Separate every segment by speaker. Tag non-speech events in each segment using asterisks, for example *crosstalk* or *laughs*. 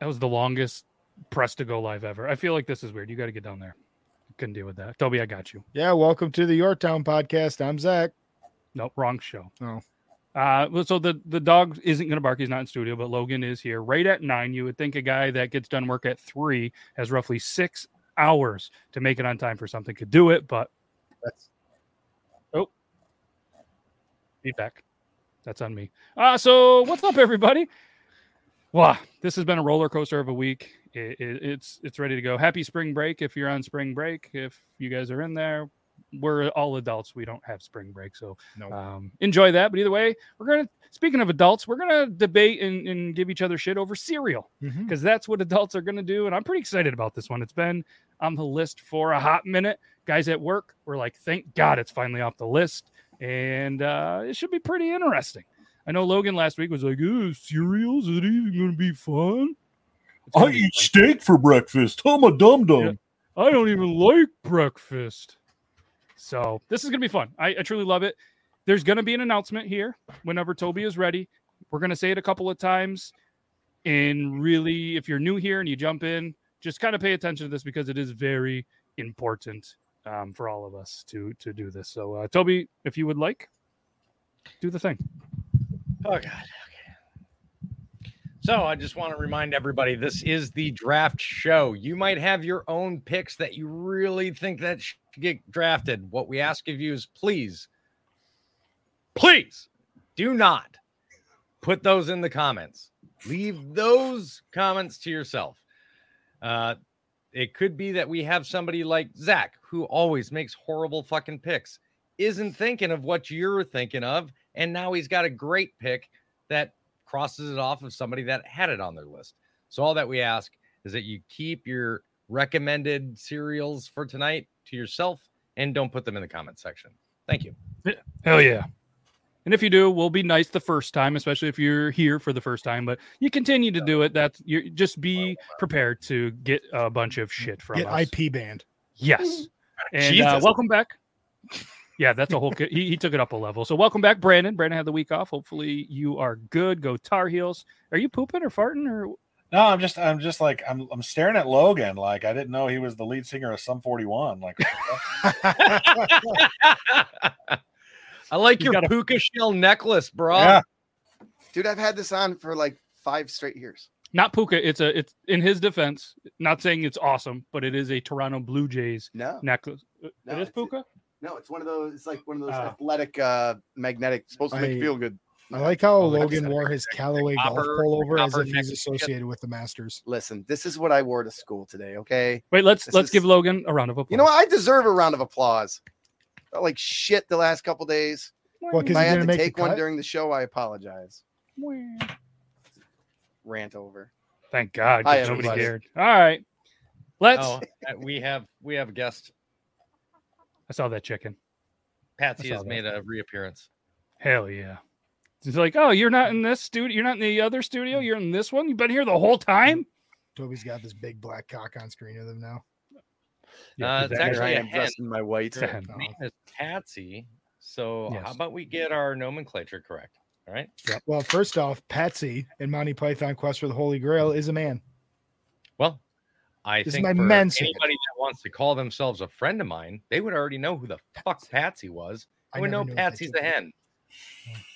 Speaker 1: That was the longest press to go live ever. I feel like this is weird. You got to get down there. Couldn't deal with that. Toby, I got you.
Speaker 2: Yeah, welcome to the Yorktown podcast. I'm Zach.
Speaker 1: No, wrong show.
Speaker 2: Oh.
Speaker 1: Uh, well, so the the dog isn't gonna bark. He's not in studio, but Logan is here right at nine. You would think a guy that gets done work at three has roughly six hours to make it on time for something could do it, but
Speaker 2: That's
Speaker 1: feedback. That's on me. Uh, so what's up, everybody? Wow, this has been a roller coaster of a week. It, it, it's it's ready to go. Happy spring break if you're on spring break. If you guys are in there, we're all adults. We don't have spring break, so
Speaker 2: no.
Speaker 1: um, enjoy that. But either way, we're gonna. Speaking of adults, we're gonna debate and, and give each other shit over cereal
Speaker 2: Mhm.
Speaker 1: because that's what adults are going to do. And I'm pretty excited about this one. It's been on the list for a hot minute. Guys at work were like, thank God it's finally off the list. And uh, it should be pretty interesting. I know Logan last week was like, oh, cereals, is it even going to be fun? It's
Speaker 3: I
Speaker 1: gonna be
Speaker 3: eat steak for breakfast. I'm a dum dum.
Speaker 1: Yeah. I don't even like breakfast. So this is gonna be fun. I, I truly love it. There's gonna be an announcement here whenever Toby is ready. We're gonna say it a couple of times. And really, if you're new here and you jump in, just kind of pay attention to this because it is very important um, for all of us to to do this. So uh, Toby, if you would like, do the thing.
Speaker 4: Oh God. Okay. So I just want to remind everybody this is the draft show. You might have your own picks that you really think that should get drafted. What we ask of you is please, please do not put those in the comments. Leave those comments to yourself. Uh it could be that we have somebody like Zach who always makes horrible fucking picks, isn't thinking of what you're thinking of, and now he's got a great pick that crosses it off of somebody that had it on their list. So all that we ask is that you keep your recommended cereals for tonight to yourself and don't put them in the comment section. Thank you. *laughs*
Speaker 1: Hell yeah. And if you do, we'll be nice the first time, especially if you're here for the first time. But you continue to do it. That's you just be prepared to get a bunch of shit from
Speaker 2: Get
Speaker 1: us.
Speaker 2: IP banned.
Speaker 1: Yes. And uh,
Speaker 4: Jesus.
Speaker 1: welcome back. *laughs* Yeah, that's a whole. ki- he, he took it up a level. So welcome back, Brandon. Brandon had the week off. Hopefully you are good. Go Tar Heels. Are you pooping or farting or
Speaker 5: No, I'm just I'm just like I'm I'm staring at Logan like I didn't know he was the lead singer of Sum 41. Like
Speaker 4: I like
Speaker 1: You
Speaker 4: your
Speaker 1: gotta-
Speaker 4: puka shell necklace, bro.
Speaker 5: Yeah.
Speaker 6: dude i've had this on for like five straight years
Speaker 1: not Puka? It's a. It's in his defense. Not saying it's awesome, but it is a Toronto Blue Jays
Speaker 6: no
Speaker 1: necklace.
Speaker 6: No,
Speaker 1: it is
Speaker 6: it's-
Speaker 1: Puka.
Speaker 6: no it's one of those it's like one of those
Speaker 1: Ah.
Speaker 6: athletic uh magnetic supposed to
Speaker 2: I-
Speaker 6: make you feel good
Speaker 2: I like how
Speaker 4: Oh, that's
Speaker 2: Logan
Speaker 4: a-
Speaker 2: wore his Callaway golf
Speaker 4: copper-
Speaker 2: pole over as
Speaker 4: copper
Speaker 2: if he's
Speaker 4: neck-
Speaker 2: associated with the Masters.
Speaker 6: listen this is what i wore to school today okay
Speaker 1: Wait, let's
Speaker 6: This
Speaker 1: let's
Speaker 6: is-
Speaker 1: give Logan a round of applause.
Speaker 6: you know what i deserve a round of applause Felt like shit the last couple days
Speaker 2: What?
Speaker 6: if
Speaker 2: Because
Speaker 6: i
Speaker 2: he
Speaker 6: had
Speaker 2: didn't
Speaker 6: to
Speaker 2: make the
Speaker 6: take one
Speaker 2: cut.
Speaker 6: during the show i apologize rant over
Speaker 1: Thank God.
Speaker 6: Hi,
Speaker 1: 'cause nobody
Speaker 6: everybody.
Speaker 1: cared. All right. Let's.
Speaker 4: Oh, uh, we have we have a guest.
Speaker 1: I saw that chicken.
Speaker 4: Patsy
Speaker 1: saw
Speaker 4: has
Speaker 1: that.
Speaker 4: made a reappearance.
Speaker 1: Hell yeah. It's like, oh, you're not in this studio. You're not in the other studio. You're in this one. You've been here the whole time.
Speaker 2: Toby's got this big black cock on screen of him now.
Speaker 4: Uh,
Speaker 1: is that-
Speaker 4: it's
Speaker 6: Here
Speaker 4: actually
Speaker 6: i
Speaker 4: a
Speaker 6: am
Speaker 4: hen.
Speaker 6: dressed in my white
Speaker 1: It's a hen.
Speaker 2: Oh.
Speaker 4: name is Patsy. So
Speaker 1: Yes.
Speaker 4: how about we get our nomenclature correct? All right.
Speaker 2: Well, first off, Patsy in Monty Python Quest for the Holy Grail is a man.
Speaker 4: Well, I
Speaker 2: This is
Speaker 4: think
Speaker 2: my
Speaker 4: for
Speaker 2: man
Speaker 4: anybody
Speaker 2: saying.
Speaker 4: that wants to call themselves a friend of mine, they would already know who the fuck Patsy was. I would
Speaker 2: never
Speaker 4: know
Speaker 2: knew what that
Speaker 4: Oh, Patsy's
Speaker 2: joke
Speaker 4: a
Speaker 2: was.
Speaker 4: hen.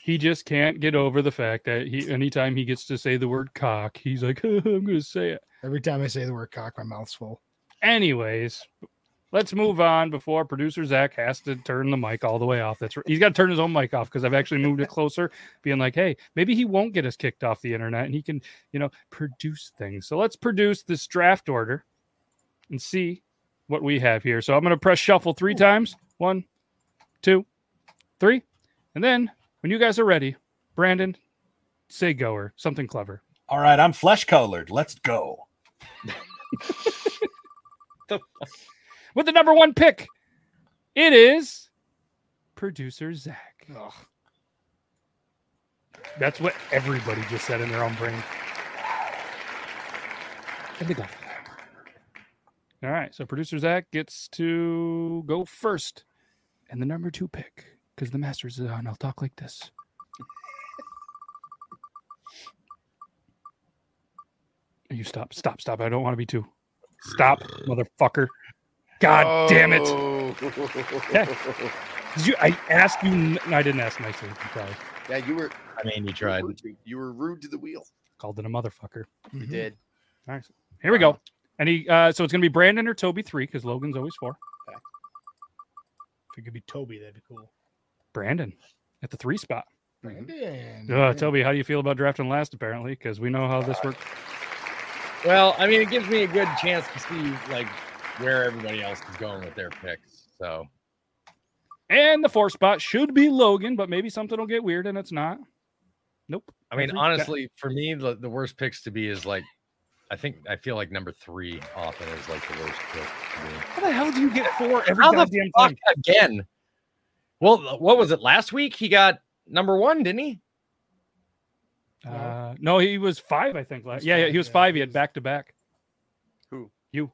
Speaker 1: He just can't get over the fact that he, anytime he gets to say the word cock, he's like, *laughs* I'm going to say it.
Speaker 2: Every time I say the word cock, my mouth's full.
Speaker 1: Anyways, let's move on before producer Zach has to turn the mic all the way off. That's He's got to turn his own mic off because I've actually moved it closer, being like, hey, maybe he won't get us kicked off the internet and he can, you know, produce things. So let's produce this draft order and see what we have here. So I'm going to press shuffle three times. One, two, three. And then when you guys are ready, Brandon, say go or something clever.
Speaker 5: all right, I'm flesh colored. Let's go.
Speaker 1: With the number one pick, it is producer Zach.
Speaker 2: Ugh.
Speaker 1: That's what everybody just said in their own brain. Let me go. All right, so producer Zach gets to go first, and the number two pick because the Masters is on. I'll talk like this. Are you you stop, stop, stop. I don't want to be too. Stop, motherfucker. God damn it.
Speaker 6: Oh. it.
Speaker 1: Did you, I asked you. n- No, I didn't ask nicely. I'm sorry.
Speaker 6: *laughs* yeah, you were
Speaker 4: I mean, you
Speaker 6: you were
Speaker 4: tried.
Speaker 6: rude to- you were rude to the wheel.
Speaker 1: Called it a motherfucker.
Speaker 2: Mm-hmm.
Speaker 6: You did.
Speaker 1: All right. Here we go. Any uh so it's gonna be Brandon or Toby three because Logan's always four.
Speaker 2: If it could be Toby, that'd be cool.
Speaker 1: Brandon at the three spot.
Speaker 2: Brandon.
Speaker 1: Uh, Toby, how do you feel about drafting last? Apparently, because we know how this works.
Speaker 4: Well, I mean, it gives me a good chance to see like where everybody else is going with their picks. So
Speaker 1: And the four spot should be Logan, but maybe something will get weird and it's not. Nope.
Speaker 4: I mean,
Speaker 1: Every-
Speaker 4: honestly, for me, the, the worst picks to be is like, I think I feel like number three often is like the worst pick. To me.
Speaker 1: How the hell do you get four every
Speaker 4: How the
Speaker 1: goddamn
Speaker 4: Fuck
Speaker 1: time?
Speaker 4: again. Well, what was it last week? He got number one, didn't he?
Speaker 1: Uh, no, he was five, I think. Last.
Speaker 2: was
Speaker 1: Yeah, yeah,
Speaker 2: five,
Speaker 1: he was
Speaker 2: yeah,
Speaker 1: five. He
Speaker 2: he
Speaker 1: had
Speaker 2: was-
Speaker 1: back to back.
Speaker 6: Who?
Speaker 1: You.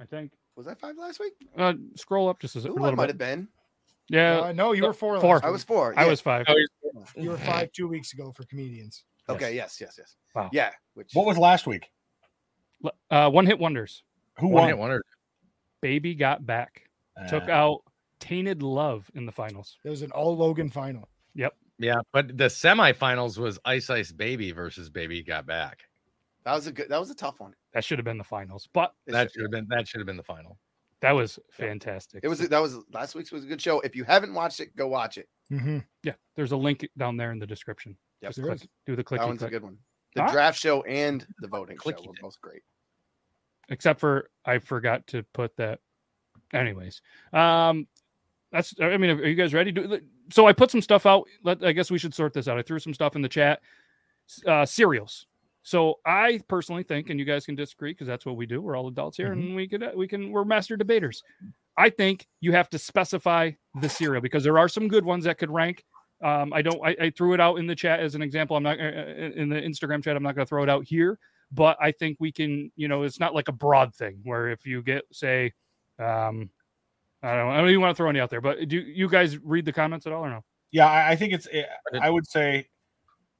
Speaker 1: I think.
Speaker 6: Was I five last week?
Speaker 1: Uh, scroll up just a, s- a
Speaker 6: Ooh, I
Speaker 1: little
Speaker 6: might have
Speaker 1: bit.
Speaker 6: been.
Speaker 1: Yeah,
Speaker 2: Uh, no, you were four.
Speaker 1: Four.
Speaker 2: last
Speaker 6: I
Speaker 2: week.
Speaker 6: was four.
Speaker 1: I
Speaker 6: yeah.
Speaker 1: was five.
Speaker 2: You were five two weeks ago for comedians.
Speaker 6: Okay. Yes. Yes. Yes.
Speaker 1: Wow.
Speaker 6: Yeah. Which
Speaker 5: What was last week?
Speaker 1: L- Uh, one hit wonders.
Speaker 5: Who
Speaker 4: One
Speaker 5: won?
Speaker 4: hit wonder.
Speaker 1: Baby got back. Took
Speaker 6: Ah.
Speaker 5: Uh,
Speaker 1: out tainted love in the finals.
Speaker 2: It was an all Logan final.
Speaker 4: Yeah, but the semifinals was Ice Ice Baby versus Baby Got Back.
Speaker 6: that was a good. That was a tough one.
Speaker 1: That should have been the finals, but
Speaker 6: It
Speaker 4: That
Speaker 6: should-
Speaker 4: should have been that should have been the final.
Speaker 1: that was fantastic.
Speaker 6: It was that was last week's was a good show. If you haven't watched it, go watch it.
Speaker 2: Mm-hmm.
Speaker 1: yeah. There's a link down there in the description.
Speaker 6: Yep.
Speaker 1: Just
Speaker 2: There
Speaker 1: click,
Speaker 2: is.
Speaker 1: do the
Speaker 6: That
Speaker 1: clicky
Speaker 6: one's a
Speaker 1: click.
Speaker 6: good one. The
Speaker 1: All right.
Speaker 6: draft show and the voting show
Speaker 4: Clicky
Speaker 6: were
Speaker 4: did.
Speaker 6: both great.
Speaker 1: Except for I forgot to put that. Anyways, um, that's. I mean, are you guys ready? Do, so I put some stuff out. Let I guess we should sort this out. I threw some stuff in the chat. S- Uh, cereals. So I personally think, and you guys can disagree because that's what we do. We're all adults here, and we could uh, we can we're master debaters. I think you have to specify the cereal because there are some good ones that could rank. Um, I don't. I, I threw it out in the chat as an example. I'm not uh, uh, in the Instagram chat. I'm not going to throw it out here, but I think we can. You know, it's not like a broad thing where if you get say, um, I don't. I don't even want to throw any out there. But do you guys read the comments at all or no?
Speaker 5: yeah, I, I think it's. eh,
Speaker 4: did-
Speaker 5: I would say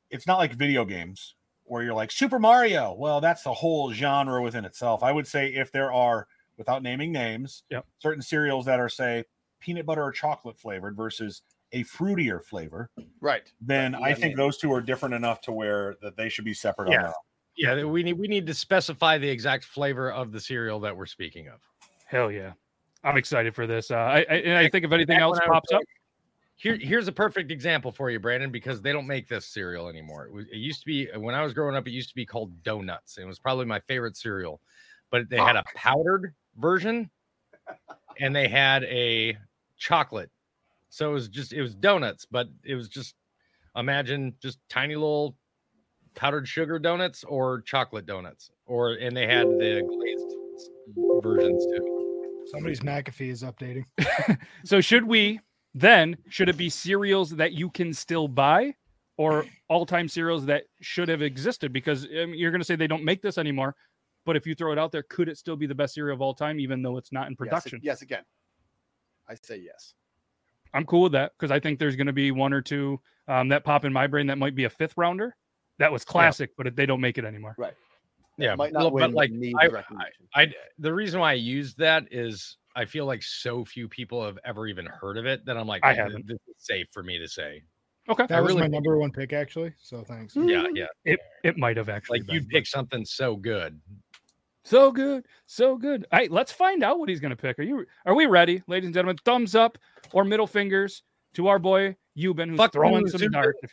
Speaker 5: it's not like video games where you're like Super Mario. Well, that's the whole genre within itself. I would say if there are, without naming names,
Speaker 1: Yep.
Speaker 5: certain cereals that are say peanut butter or chocolate flavored versus a fruitier flavor,
Speaker 6: Right.
Speaker 5: then
Speaker 6: Right,
Speaker 5: I
Speaker 6: yeah,
Speaker 5: think
Speaker 6: yeah.
Speaker 5: those two are different enough to where that they should be separate.
Speaker 4: Yeah.
Speaker 5: On their own.
Speaker 4: Yeah, we need we need to specify the exact flavor of the cereal that we're speaking of.
Speaker 1: Hell yeah, I'm excited for this. Uh, I, I and I think if anything
Speaker 4: Back
Speaker 1: else
Speaker 4: when I was
Speaker 1: pops up,
Speaker 4: Here, here's a perfect example for you, Brandon, because they don't make this cereal anymore. It, was, it used to be uh, when I was growing up, it used to be called donuts. It was probably my favorite cereal, but they had a powdered version, and they had a chocolate. So it was just it was donuts, but it was just imagine just tiny little powdered sugar donuts or chocolate donuts, or and they had the glazed versions too.
Speaker 2: Somebody's McAfee is updating.
Speaker 1: so should we then? Should it be cereals that you can still buy, or all-time cereals that should have existed? Because I mean, you're going to say they don't make this anymore, but if you throw it out there, could it still be the best cereal of all time, even though it's not in
Speaker 6: Yes,
Speaker 1: production?
Speaker 6: Yes, again. I say yes.
Speaker 1: I'm cool with that because I think there's going to be one or two um, that pop in my brain that might be a fifth rounder. That was classic, but if they don't make it anymore.
Speaker 4: Yeah,
Speaker 6: Might not
Speaker 4: well,
Speaker 6: win,
Speaker 4: but like
Speaker 6: needs
Speaker 4: I-
Speaker 6: recognition.
Speaker 4: I the reason why I used that is I feel like so few people have ever even heard of it that I'm like
Speaker 1: I
Speaker 4: "Th-
Speaker 1: haven't.
Speaker 4: This is safe for me to say.
Speaker 1: Okay,
Speaker 2: That
Speaker 4: I
Speaker 2: was
Speaker 4: really-
Speaker 2: my number one pick, actually. So thanks.
Speaker 1: Hmm.
Speaker 4: Yeah, yeah.
Speaker 1: it might have actually.
Speaker 4: Like
Speaker 1: been,
Speaker 4: you'd
Speaker 1: but-
Speaker 4: pick something so good.
Speaker 1: So good, so good. All right, let's find out what he's going to pick. Are you? Are we ready, ladies and gentlemen? Thumbs up or middle fingers to our boy Euban, who's
Speaker 4: Fuck
Speaker 1: throwing
Speaker 4: you,
Speaker 1: some
Speaker 4: Zubin.
Speaker 1: darts. If,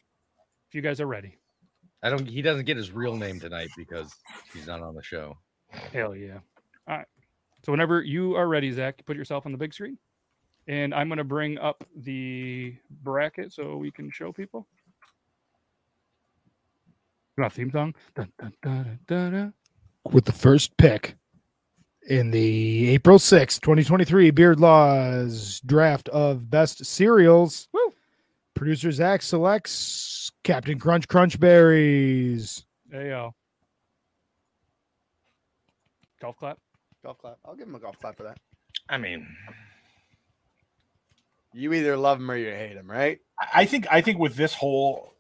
Speaker 1: if you guys are ready,
Speaker 4: I don't. He doesn't get his real name tonight because he's not on the show.
Speaker 1: hell yeah! All right. So whenever you are ready, Zach, put yourself on the big screen, and I'm going to bring up the bracket so we can show people. You want a theme song? Dun, dun, dun, dun, dun, dun.
Speaker 2: With the first pick in the April sixth, 2023 Beard Laws draft of best cereals,
Speaker 1: Woo.
Speaker 2: producer Zach selects Captain Crunch Crunch Berries.
Speaker 1: There you go. Golf clap.
Speaker 6: Golf clap. I'll give him a golf clap for that.
Speaker 4: I mean,
Speaker 6: You either love him or you hate him, right?
Speaker 5: I- I think. I think with this whole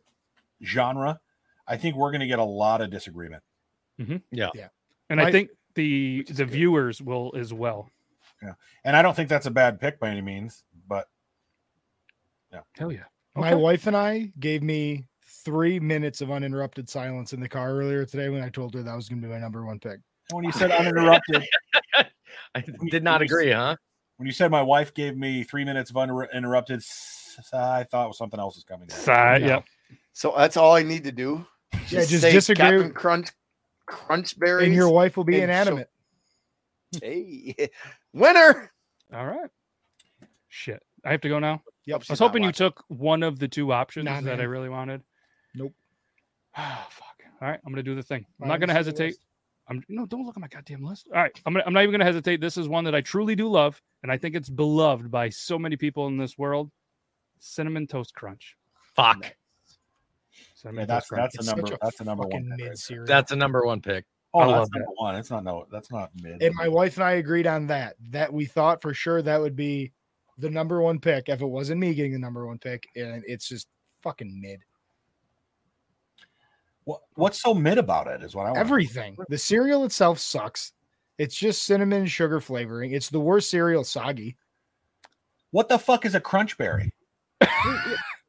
Speaker 5: genre, I think we're going to get a lot of disagreement.
Speaker 1: Mhm.
Speaker 4: Yeah.
Speaker 2: Yeah.
Speaker 1: and I
Speaker 2: Right.
Speaker 1: think the
Speaker 2: Which is
Speaker 1: the
Speaker 2: good.
Speaker 1: viewers will as well.
Speaker 5: And I don't think that's a bad pick by any means, but
Speaker 1: Hell yeah!
Speaker 2: My
Speaker 1: Okay.
Speaker 2: wife and I gave me three minutes of uninterrupted silence in the car earlier today when I told her that was going to be my number one pick.
Speaker 5: when you said uninterrupted,
Speaker 4: I did not agree, huh?
Speaker 5: when you said my wife gave me three minutes of uninterrupted, s- I thought something else was coming.
Speaker 1: Side,
Speaker 2: No.
Speaker 1: yep.
Speaker 6: So that's all I need to do.
Speaker 2: Yeah, just
Speaker 6: say
Speaker 2: disagree
Speaker 6: Captain
Speaker 2: with-
Speaker 6: Crunch, Crunch berries.
Speaker 2: And your wife will be
Speaker 6: and she'll-
Speaker 2: inanimate.
Speaker 6: hey, *laughs* winner.
Speaker 1: All right. Shit, I have to go now.
Speaker 2: Yep.
Speaker 1: I was hoping you took one of the two options
Speaker 2: Nah,
Speaker 1: that I
Speaker 2: man.
Speaker 1: really wanted.
Speaker 2: Nope.
Speaker 1: Ah, *sighs* fuck. All right, I'm gonna do the thing. I'm
Speaker 2: Mine
Speaker 1: not gonna
Speaker 2: is the
Speaker 1: hesitate.
Speaker 2: list.
Speaker 1: I'm no, don't look at my goddamn list. All right, I'm gonna, I'm not even gonna hesitate. This is one that I truly do love, and I think it's beloved by so many people in this world. Cinnamon toast crunch.
Speaker 4: Fuck.
Speaker 1: Cinnamon
Speaker 5: Yeah, that's
Speaker 1: toast crunch.
Speaker 5: that's
Speaker 2: It's
Speaker 5: a number.
Speaker 2: such a
Speaker 5: that's the number
Speaker 2: Fucking
Speaker 5: one. pick right
Speaker 2: mid
Speaker 5: there.
Speaker 2: series.
Speaker 4: That's a number one pick.
Speaker 1: I
Speaker 5: Oh,
Speaker 1: love
Speaker 5: that's
Speaker 1: that.
Speaker 5: number one. It's not no. That's not mid.
Speaker 2: And my wife and I agreed on that. That we thought for sure that would be the number one pick if it wasn't me getting the number one pick. And it's just fucking mid.
Speaker 5: What, what's so mid about it is what I want.
Speaker 2: Everything. The cereal itself sucks. It's just cinnamon and sugar flavoring. It's the worst cereal, soggy.
Speaker 5: what the fuck is a crunch berry?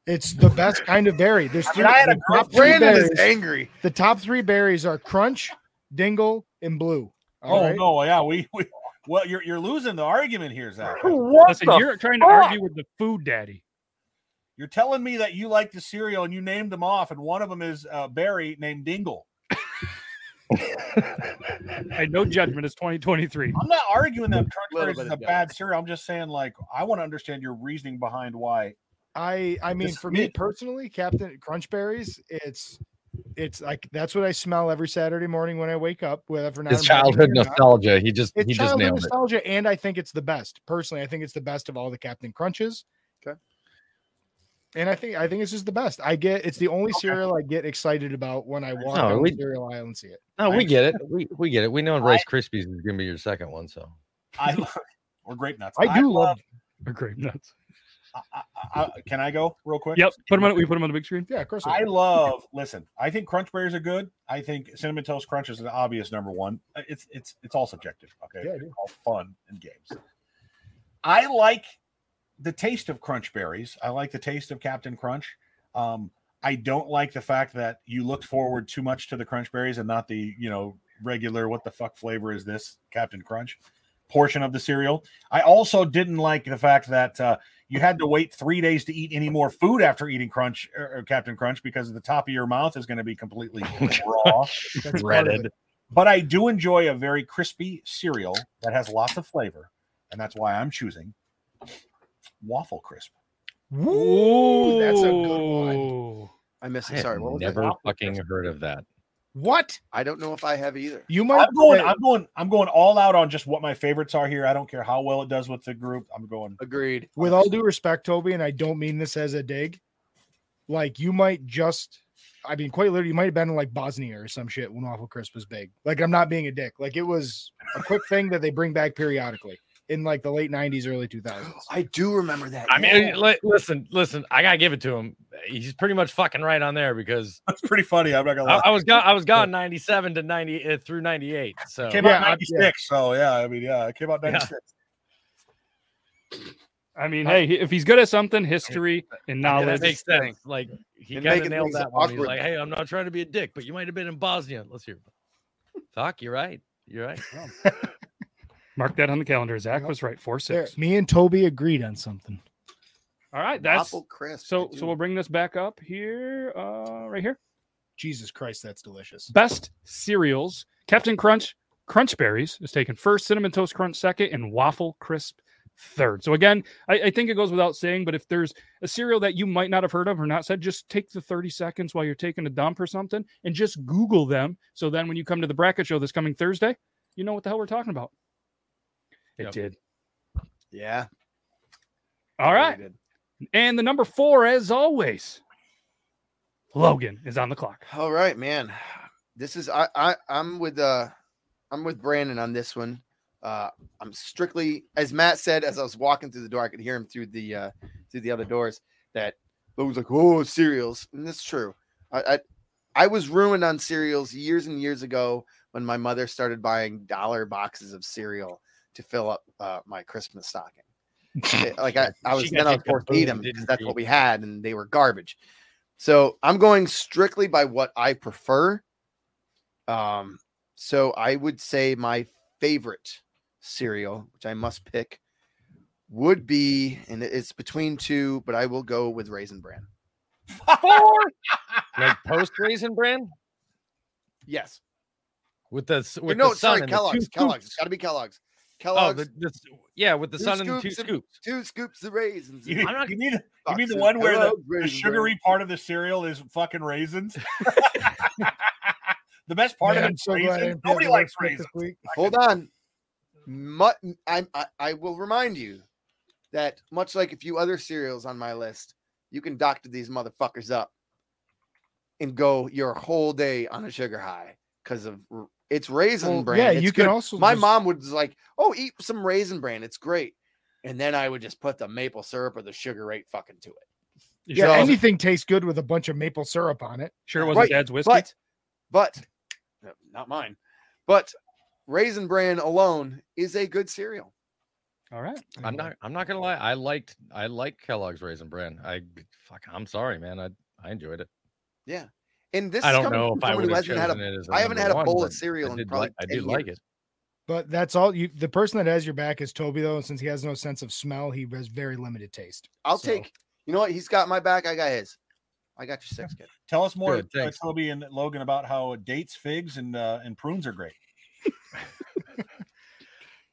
Speaker 2: It's the
Speaker 5: *laughs*
Speaker 2: best kind of berry. There's
Speaker 5: I
Speaker 2: three.
Speaker 5: mean, I had
Speaker 2: the
Speaker 5: a
Speaker 2: top three
Speaker 6: Brandon is
Speaker 2: berries-
Speaker 6: angry.
Speaker 2: The top three berries are crunch, dingle, and blue.
Speaker 5: oh
Speaker 2: All right.
Speaker 5: no, yeah, we, we well, you're you're losing the argument here, Zach.
Speaker 7: What
Speaker 1: Listen,
Speaker 7: the
Speaker 1: you're trying to
Speaker 7: fuck?
Speaker 1: argue with the food daddy.
Speaker 5: You're telling me that you like the cereal and you named them off, and one of them is uh, berry named Dingle.
Speaker 1: I no judgment. It's 2023.
Speaker 5: I'm not arguing that crunch
Speaker 6: Little
Speaker 5: berries
Speaker 6: bit
Speaker 5: is
Speaker 6: of
Speaker 5: a bad cereal. I'm just saying, like, I want to understand your reasoning behind why.
Speaker 2: I I mean,
Speaker 5: This
Speaker 2: for me
Speaker 5: mid-
Speaker 2: personally, Captain Crunch Berries, it's it's like that's what I smell every Saturday morning when I wake up, whether not
Speaker 4: His
Speaker 2: I'm happy
Speaker 4: childhood
Speaker 2: or not.
Speaker 4: nostalgia. He just
Speaker 2: It's
Speaker 4: he just
Speaker 2: childhood
Speaker 4: nailed it.
Speaker 2: nostalgia, and I think it's the best. Personally, I think it's the best of all the Captain Crunches.
Speaker 6: Okay.
Speaker 2: And I think I think it's just the best. I get it's the only cereal I get excited about when I walk
Speaker 4: No,
Speaker 2: down
Speaker 4: we-
Speaker 2: the cereal aisle and see it.
Speaker 4: No, we get it. We, we get it. We know Rice Krispies is gonna be your second one. So
Speaker 5: I love, or grape nuts.
Speaker 2: I do love.
Speaker 1: Or grape nuts.
Speaker 5: I, I, I, can I go real quick?
Speaker 1: Yep. Put them on. We put them on the big screen.
Speaker 2: Yeah, of course. I,
Speaker 5: I
Speaker 2: do.
Speaker 5: love. Listen, I think Crunch Berries are good. I think Cinnamon Toast Crunch is an obvious number one. Uh, It's it's it's all subjective. Okay,
Speaker 2: Yeah, I
Speaker 5: It's
Speaker 2: do.
Speaker 5: all fun and games. I like the taste of Crunch Berries. I like the taste of Captain Crunch. Um, I don't like the fact that you looked forward too much to the Crunch Berries and not the you know regular what the fuck flavor is this Captain Crunch portion of the cereal. I also didn't like the fact that uh, you had to wait three days to eat any more food after eating Crunch or, or Captain Crunch because the top of your mouth is going to be completely raw.
Speaker 2: part of
Speaker 4: shredded.
Speaker 5: But I do enjoy a very crispy cereal that has lots of flavor, and that's why I'm choosing waffle crisp.
Speaker 2: Woo, that's a good one.
Speaker 1: Ooh.
Speaker 6: I missed
Speaker 4: I
Speaker 6: it. Sorry.
Speaker 4: had
Speaker 6: What was
Speaker 4: never
Speaker 6: it?
Speaker 4: fucking heard of that.
Speaker 2: What
Speaker 6: I don't know if I have either.
Speaker 2: you might?
Speaker 5: I'm going,
Speaker 2: say-
Speaker 5: I'm going, I'm going all out on just what my favorites are here. I don't care how well it does with the group. I'm going.
Speaker 6: Agreed.
Speaker 2: with all due respect, Toby, and I don't mean this as a dig, like you might just, I mean, quite literally, you might have been in like Bosnia or some shit when Waffle Crisp was big. Like, I'm not being a dick. Like, it was a quick thing that they bring back periodically in like the late 90s, early 2000s.
Speaker 5: *gasps*
Speaker 6: I do remember that.
Speaker 4: I mean,
Speaker 6: yeah.
Speaker 4: li- listen, listen. I gotta give it to him. He's pretty much fucking right on there because
Speaker 6: *laughs*
Speaker 5: That's pretty funny. I'm not gonna
Speaker 4: I,
Speaker 5: lie.
Speaker 4: I was gone. I was gone ninety seven to ninety uh, through ninety eight. So
Speaker 5: It came
Speaker 2: Yeah,
Speaker 5: out
Speaker 2: I- yeah.
Speaker 5: '96, so yeah. I mean, yeah, it came out
Speaker 4: Yeah.
Speaker 5: '96.
Speaker 1: I mean, hey, if he's good at something, history and
Speaker 4: Yeah,
Speaker 1: knowledge.
Speaker 4: that makes
Speaker 6: thing.
Speaker 4: sense. Like he
Speaker 6: And
Speaker 4: kind of
Speaker 6: making
Speaker 4: nailed
Speaker 6: things
Speaker 4: that one. He's
Speaker 6: awkward.
Speaker 4: like, "Hey, I'm not trying to be a dick, but you might have been in Bosnia. Let's hear." it." Fuck, you're right. You're right.
Speaker 1: Mark that on the calendar. Zach
Speaker 2: Yep.
Speaker 1: was right. Four
Speaker 2: There,
Speaker 1: six.
Speaker 2: me and Toby agreed on something.
Speaker 1: All right, uh, that's
Speaker 6: waffle crisp.
Speaker 1: so.
Speaker 6: I do.
Speaker 1: So we'll bring this back up here, uh, right here.
Speaker 2: Jesus Christ, that's delicious.
Speaker 1: Best cereals: Captain Crunch, Crunch Berries is taken first, Cinnamon Toast Crunch second, and Waffle Crisp third. So again, I, I think it goes without saying, but if there's a cereal that you might not have heard of or not said, just take the 30 seconds while you're taking a dump or something and just Google them. So then when you come to the bracket show this coming Thursday, you know what the hell we're talking about. It
Speaker 4: Yep.
Speaker 1: did.
Speaker 6: yeah.
Speaker 1: All
Speaker 6: really
Speaker 1: right.
Speaker 6: did.
Speaker 1: And the number four, as always, Logan is on the clock.
Speaker 6: All right, man. This is I, I I'm with uh I'm with Brandon on this one. Uh I'm strictly as Matt said as I was walking through the door, I could hear him through the uh through the other doors that those like, oh cereals. And that's true. I, I I was ruined on cereals years and years ago when my mother started buying dollar boxes of cereal to fill up uh, my Christmas stocking.
Speaker 4: *laughs*
Speaker 6: It- like I, I was
Speaker 4: She got
Speaker 6: then I
Speaker 4: hit
Speaker 6: was
Speaker 4: with
Speaker 6: forced to
Speaker 4: boom,
Speaker 6: eat them because
Speaker 4: didn't
Speaker 6: that's
Speaker 4: she?
Speaker 6: what we had, and they were garbage. So I'm going strictly by what I prefer. Um, so I would say my favorite cereal, which I must pick, would be, and it- it's between two, but I will go with Raisin Bran.
Speaker 4: like post raisin bran
Speaker 6: Yes.
Speaker 4: with the s-
Speaker 6: Or
Speaker 4: with
Speaker 6: no,
Speaker 4: the sun
Speaker 6: sorry,
Speaker 4: and
Speaker 6: Kellogg's.
Speaker 4: the two
Speaker 6: Kellogg's. It's
Speaker 4: scoops.
Speaker 6: got to be Kellogg's.
Speaker 4: Oh,
Speaker 6: Kellogg's.
Speaker 4: the, the, s- yeah, with the
Speaker 6: Two
Speaker 4: sun and the two
Speaker 6: scoops and-
Speaker 4: scoops.
Speaker 6: two scoops of
Speaker 5: *laughs*
Speaker 6: raisins.
Speaker 5: You,
Speaker 4: I'm not-
Speaker 5: you mean, you mean the one where the, the sugary part of the cereal is
Speaker 2: *laughs*
Speaker 5: fucking raisins? *laughs* the best part
Speaker 2: Man,
Speaker 5: of
Speaker 2: I'm
Speaker 5: it is
Speaker 2: so glad I
Speaker 5: raisins.
Speaker 2: didn't pay
Speaker 5: Nobody
Speaker 2: the
Speaker 5: likes
Speaker 2: last bit
Speaker 5: raisins.
Speaker 2: this week.
Speaker 6: Hold on. Mu- I, I, I will remind you that much like a few other cereals on my list, you can doctor these motherfuckers up and go your whole day on a sugar high because of r- it's raisin
Speaker 2: Well,
Speaker 6: bran.
Speaker 2: yeah,
Speaker 6: it's
Speaker 2: you can
Speaker 6: good.
Speaker 2: also
Speaker 6: My
Speaker 2: just-
Speaker 6: mom would just like, oh, eat some raisin bran. It's great. And then I would just put the maple syrup or the sugar right fucking to it.
Speaker 1: You
Speaker 2: Yeah,
Speaker 1: sure, it wasn't-
Speaker 2: anything tastes good with a bunch of maple syrup on it.
Speaker 1: sure it wasn't
Speaker 6: Right,
Speaker 1: dad's whiskey.
Speaker 6: But, but, no, not mine. But raisin bran alone is a good cereal.
Speaker 1: All right.
Speaker 4: I'm not. I'm not gonna lie. I liked. I like Kellogg's Raisin Bran. I fuck. I'm sorry, man. I I enjoyed it.
Speaker 6: And this
Speaker 4: I
Speaker 6: is
Speaker 4: don't
Speaker 6: coming
Speaker 4: know
Speaker 6: from
Speaker 4: if I
Speaker 6: someone
Speaker 4: would
Speaker 6: who
Speaker 4: have
Speaker 6: hasn't
Speaker 4: chosen
Speaker 6: had a.
Speaker 4: it as
Speaker 6: I haven't
Speaker 4: number
Speaker 6: had a
Speaker 4: one,
Speaker 6: bowl
Speaker 4: but
Speaker 6: of cereal
Speaker 4: I
Speaker 6: in
Speaker 4: did,
Speaker 6: probably
Speaker 4: like, I
Speaker 6: 10
Speaker 4: do like
Speaker 6: years.
Speaker 4: it.
Speaker 2: But that's all you the person that has your back is Toby though, and since he has no sense of smell, he has very limited taste.
Speaker 6: I'll
Speaker 2: So-
Speaker 6: take. You know what? He's got my back. I got his. I got your six kid.
Speaker 5: Tell us more,
Speaker 4: Good,
Speaker 5: uh,
Speaker 4: thanks.
Speaker 5: Toby and Logan, about how uh, dates, figs, and uh, and prunes are great.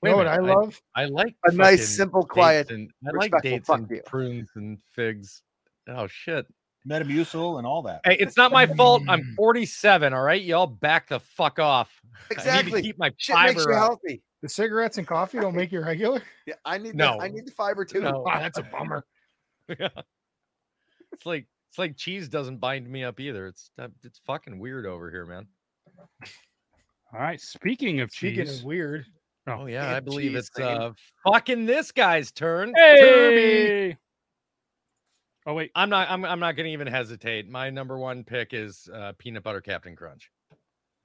Speaker 4: Wait
Speaker 2: you know
Speaker 4: a
Speaker 2: what I
Speaker 4: minute,
Speaker 2: love?
Speaker 4: I like
Speaker 6: A nice,
Speaker 4: fucking
Speaker 6: simple,
Speaker 4: dates
Speaker 6: quiet,
Speaker 4: And, I like
Speaker 6: respectful
Speaker 4: dates
Speaker 6: fuck
Speaker 4: and
Speaker 6: deal.
Speaker 4: prunes and figs. Oh shit!
Speaker 5: Metamucil and all that.
Speaker 4: Hey, it's not my fault.
Speaker 6: Mm.
Speaker 4: I'm 47. All right, y'all, back the fuck off. I need to
Speaker 6: Exactly.
Speaker 4: keep my
Speaker 6: Shit makes
Speaker 4: fiber
Speaker 6: you
Speaker 4: up.
Speaker 6: healthy.
Speaker 2: The cigarettes and coffee don't make you regular. *laughs*
Speaker 6: Yeah, I need. The,
Speaker 4: No.
Speaker 6: I need the fiber too.
Speaker 4: No.
Speaker 2: Wow, Ah, that's a bummer.
Speaker 4: *laughs* It's like it's like cheese doesn't bind me up either. It's uh, it's fucking weird over here, man.
Speaker 1: All right. Speaking of
Speaker 2: Speaking
Speaker 1: cheese,
Speaker 2: of weird,
Speaker 1: Oh,
Speaker 4: Oh yeah, I
Speaker 6: and
Speaker 4: believe
Speaker 6: cheese
Speaker 4: it's
Speaker 6: thing.
Speaker 4: uh fucking this guy's turn.
Speaker 1: hey. Oh wait.
Speaker 4: I'm not I'm I'm not gonna even hesitate. My number one pick is uh peanut butter Captain Crunch.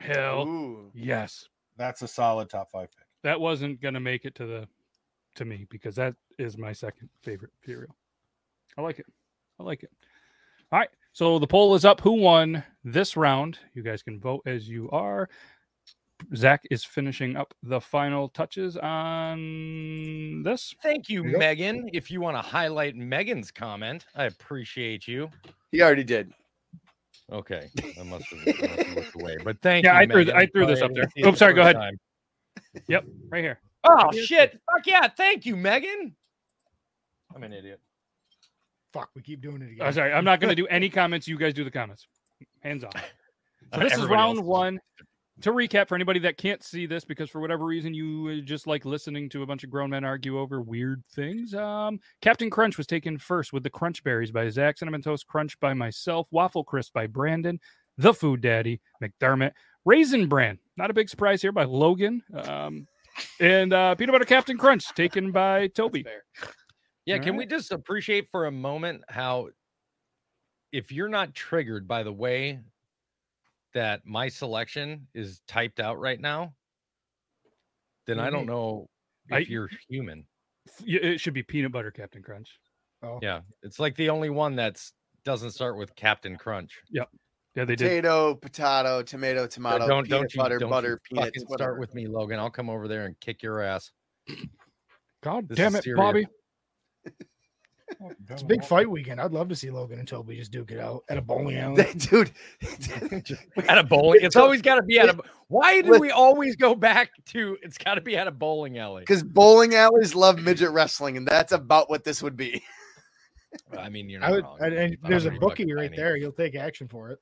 Speaker 1: Hell
Speaker 6: Ooh.
Speaker 1: yes.
Speaker 5: That's a solid top five pick.
Speaker 1: That wasn't gonna make it to the to me because that is my second favorite cereal. I like it. I like it. All right. So the poll is up. Who won this round? You guys can vote as you are. Zach is finishing up the final touches on this.
Speaker 4: Thank you,
Speaker 2: Yep.
Speaker 4: Megan. If you want to highlight Megan's comment, I appreciate you.
Speaker 6: He already did.
Speaker 4: Okay, I must have, I must have looked away, but thank
Speaker 1: Yeah,
Speaker 4: you.
Speaker 1: I threw th-
Speaker 4: Megan.
Speaker 1: I
Speaker 4: I'm
Speaker 1: threw this
Speaker 4: sorry
Speaker 1: up
Speaker 4: I
Speaker 1: there.
Speaker 4: didn't see it
Speaker 1: Oops, sorry,
Speaker 4: the
Speaker 1: go
Speaker 4: first
Speaker 1: ahead.
Speaker 4: time.
Speaker 1: Right here.
Speaker 4: Oh shit! Fuck yeah! Thank you, Megan. I'm an idiot.
Speaker 2: fuck, we keep doing it again.
Speaker 1: Oh, sorry, I'm not going to do any comments. You guys do the comments. Hands off. So this is
Speaker 4: Uh, Everybody
Speaker 1: round
Speaker 4: else.
Speaker 1: one. To recap, for anybody that can't see this, because for whatever reason you uh, just like listening to a bunch of grown men argue over weird things, um, Captain Crunch was taken first with the Crunch Berries by Zach, Cinnamon Toast Crunch by myself, Waffle Crisp by Brandon, The Food Daddy, McDermott, Raisin Bran, not a big surprise here, by Logan, um, and uh, Peanut Butter Captain Crunch taken by Toby.
Speaker 6: Fair.
Speaker 4: Yeah, can we
Speaker 1: Alright.
Speaker 4: just appreciate for a moment how if you're not triggered by the way that my selection is typed out right now, then Mm-hmm. I don't
Speaker 2: Mhm.
Speaker 4: know if
Speaker 1: I-
Speaker 4: you're human.
Speaker 1: F- y- It should be Peanut Butter Captain Crunch.
Speaker 2: Oh.
Speaker 4: Yeah. It's like the only one that's doesn't start with Captain Crunch.
Speaker 1: Yeah, they did.
Speaker 6: Potato, potato, tomato,
Speaker 4: So
Speaker 6: tomato.
Speaker 4: don't
Speaker 6: peanut
Speaker 4: don't you,
Speaker 6: butter,
Speaker 4: don't you
Speaker 6: butter, peanuts.
Speaker 4: fucking
Speaker 6: whatever.
Speaker 4: start
Speaker 6: *laughs*
Speaker 4: with me, Logan. I'll come over there and kick your ass.
Speaker 1: God
Speaker 4: This
Speaker 1: damn
Speaker 4: is
Speaker 1: it,
Speaker 4: serious.
Speaker 1: Bobby.
Speaker 2: It's a big fight weekend. I'd love to see Logan and Toby just duke it out at a bowling alley.
Speaker 4: *laughs*
Speaker 6: dude.
Speaker 4: *laughs*
Speaker 6: *laughs*
Speaker 4: At a *laughs* bowling. It's always gotta be at a why do
Speaker 6: Listen.
Speaker 4: we always go back to it's gotta be at a bowling alley?
Speaker 6: Because bowling alleys love midget wrestling, and that's about what this would be.
Speaker 4: Well, I mean, you're not
Speaker 2: I would,
Speaker 4: wrong.
Speaker 2: and, and
Speaker 4: I'm
Speaker 2: there's a
Speaker 4: pretty fucking
Speaker 2: bookie right
Speaker 4: tiny.
Speaker 2: there. You'll take action for it.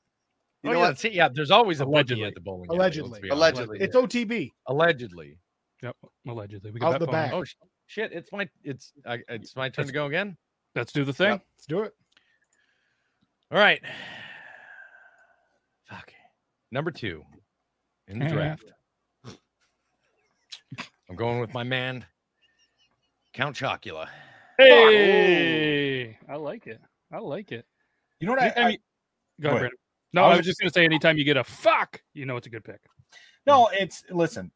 Speaker 6: You
Speaker 4: oh,
Speaker 6: know
Speaker 4: yeah,
Speaker 6: what?
Speaker 4: see, yeah, there's always a allegedly
Speaker 1: Allegedly.
Speaker 4: at the bowling
Speaker 2: Allegedly.
Speaker 4: Alley, let's be honest.
Speaker 6: Allegedly.
Speaker 2: It's OTB.
Speaker 4: allegedly.
Speaker 1: Yep, allegedly. We
Speaker 2: Out
Speaker 1: got
Speaker 2: the back.
Speaker 4: Oh sh- shit! It's my it's I, it's my turn to go again.
Speaker 1: Let's do the thing.
Speaker 2: Let's do it.
Speaker 4: All right. *sighs* Fuck. Number two in the
Speaker 1: Yeah.
Speaker 4: draft. I'm going with my man, Count Chocula.
Speaker 1: Hey, I like it. I like it.
Speaker 5: You know what?
Speaker 1: I,
Speaker 5: I, I,
Speaker 1: mean, go ahead,
Speaker 5: Go ahead.
Speaker 1: Brandon. No,
Speaker 5: I
Speaker 1: I was,
Speaker 5: was-
Speaker 1: just gonna say anytime you get a fuck, you know it's a good pick.
Speaker 5: No, it's listen,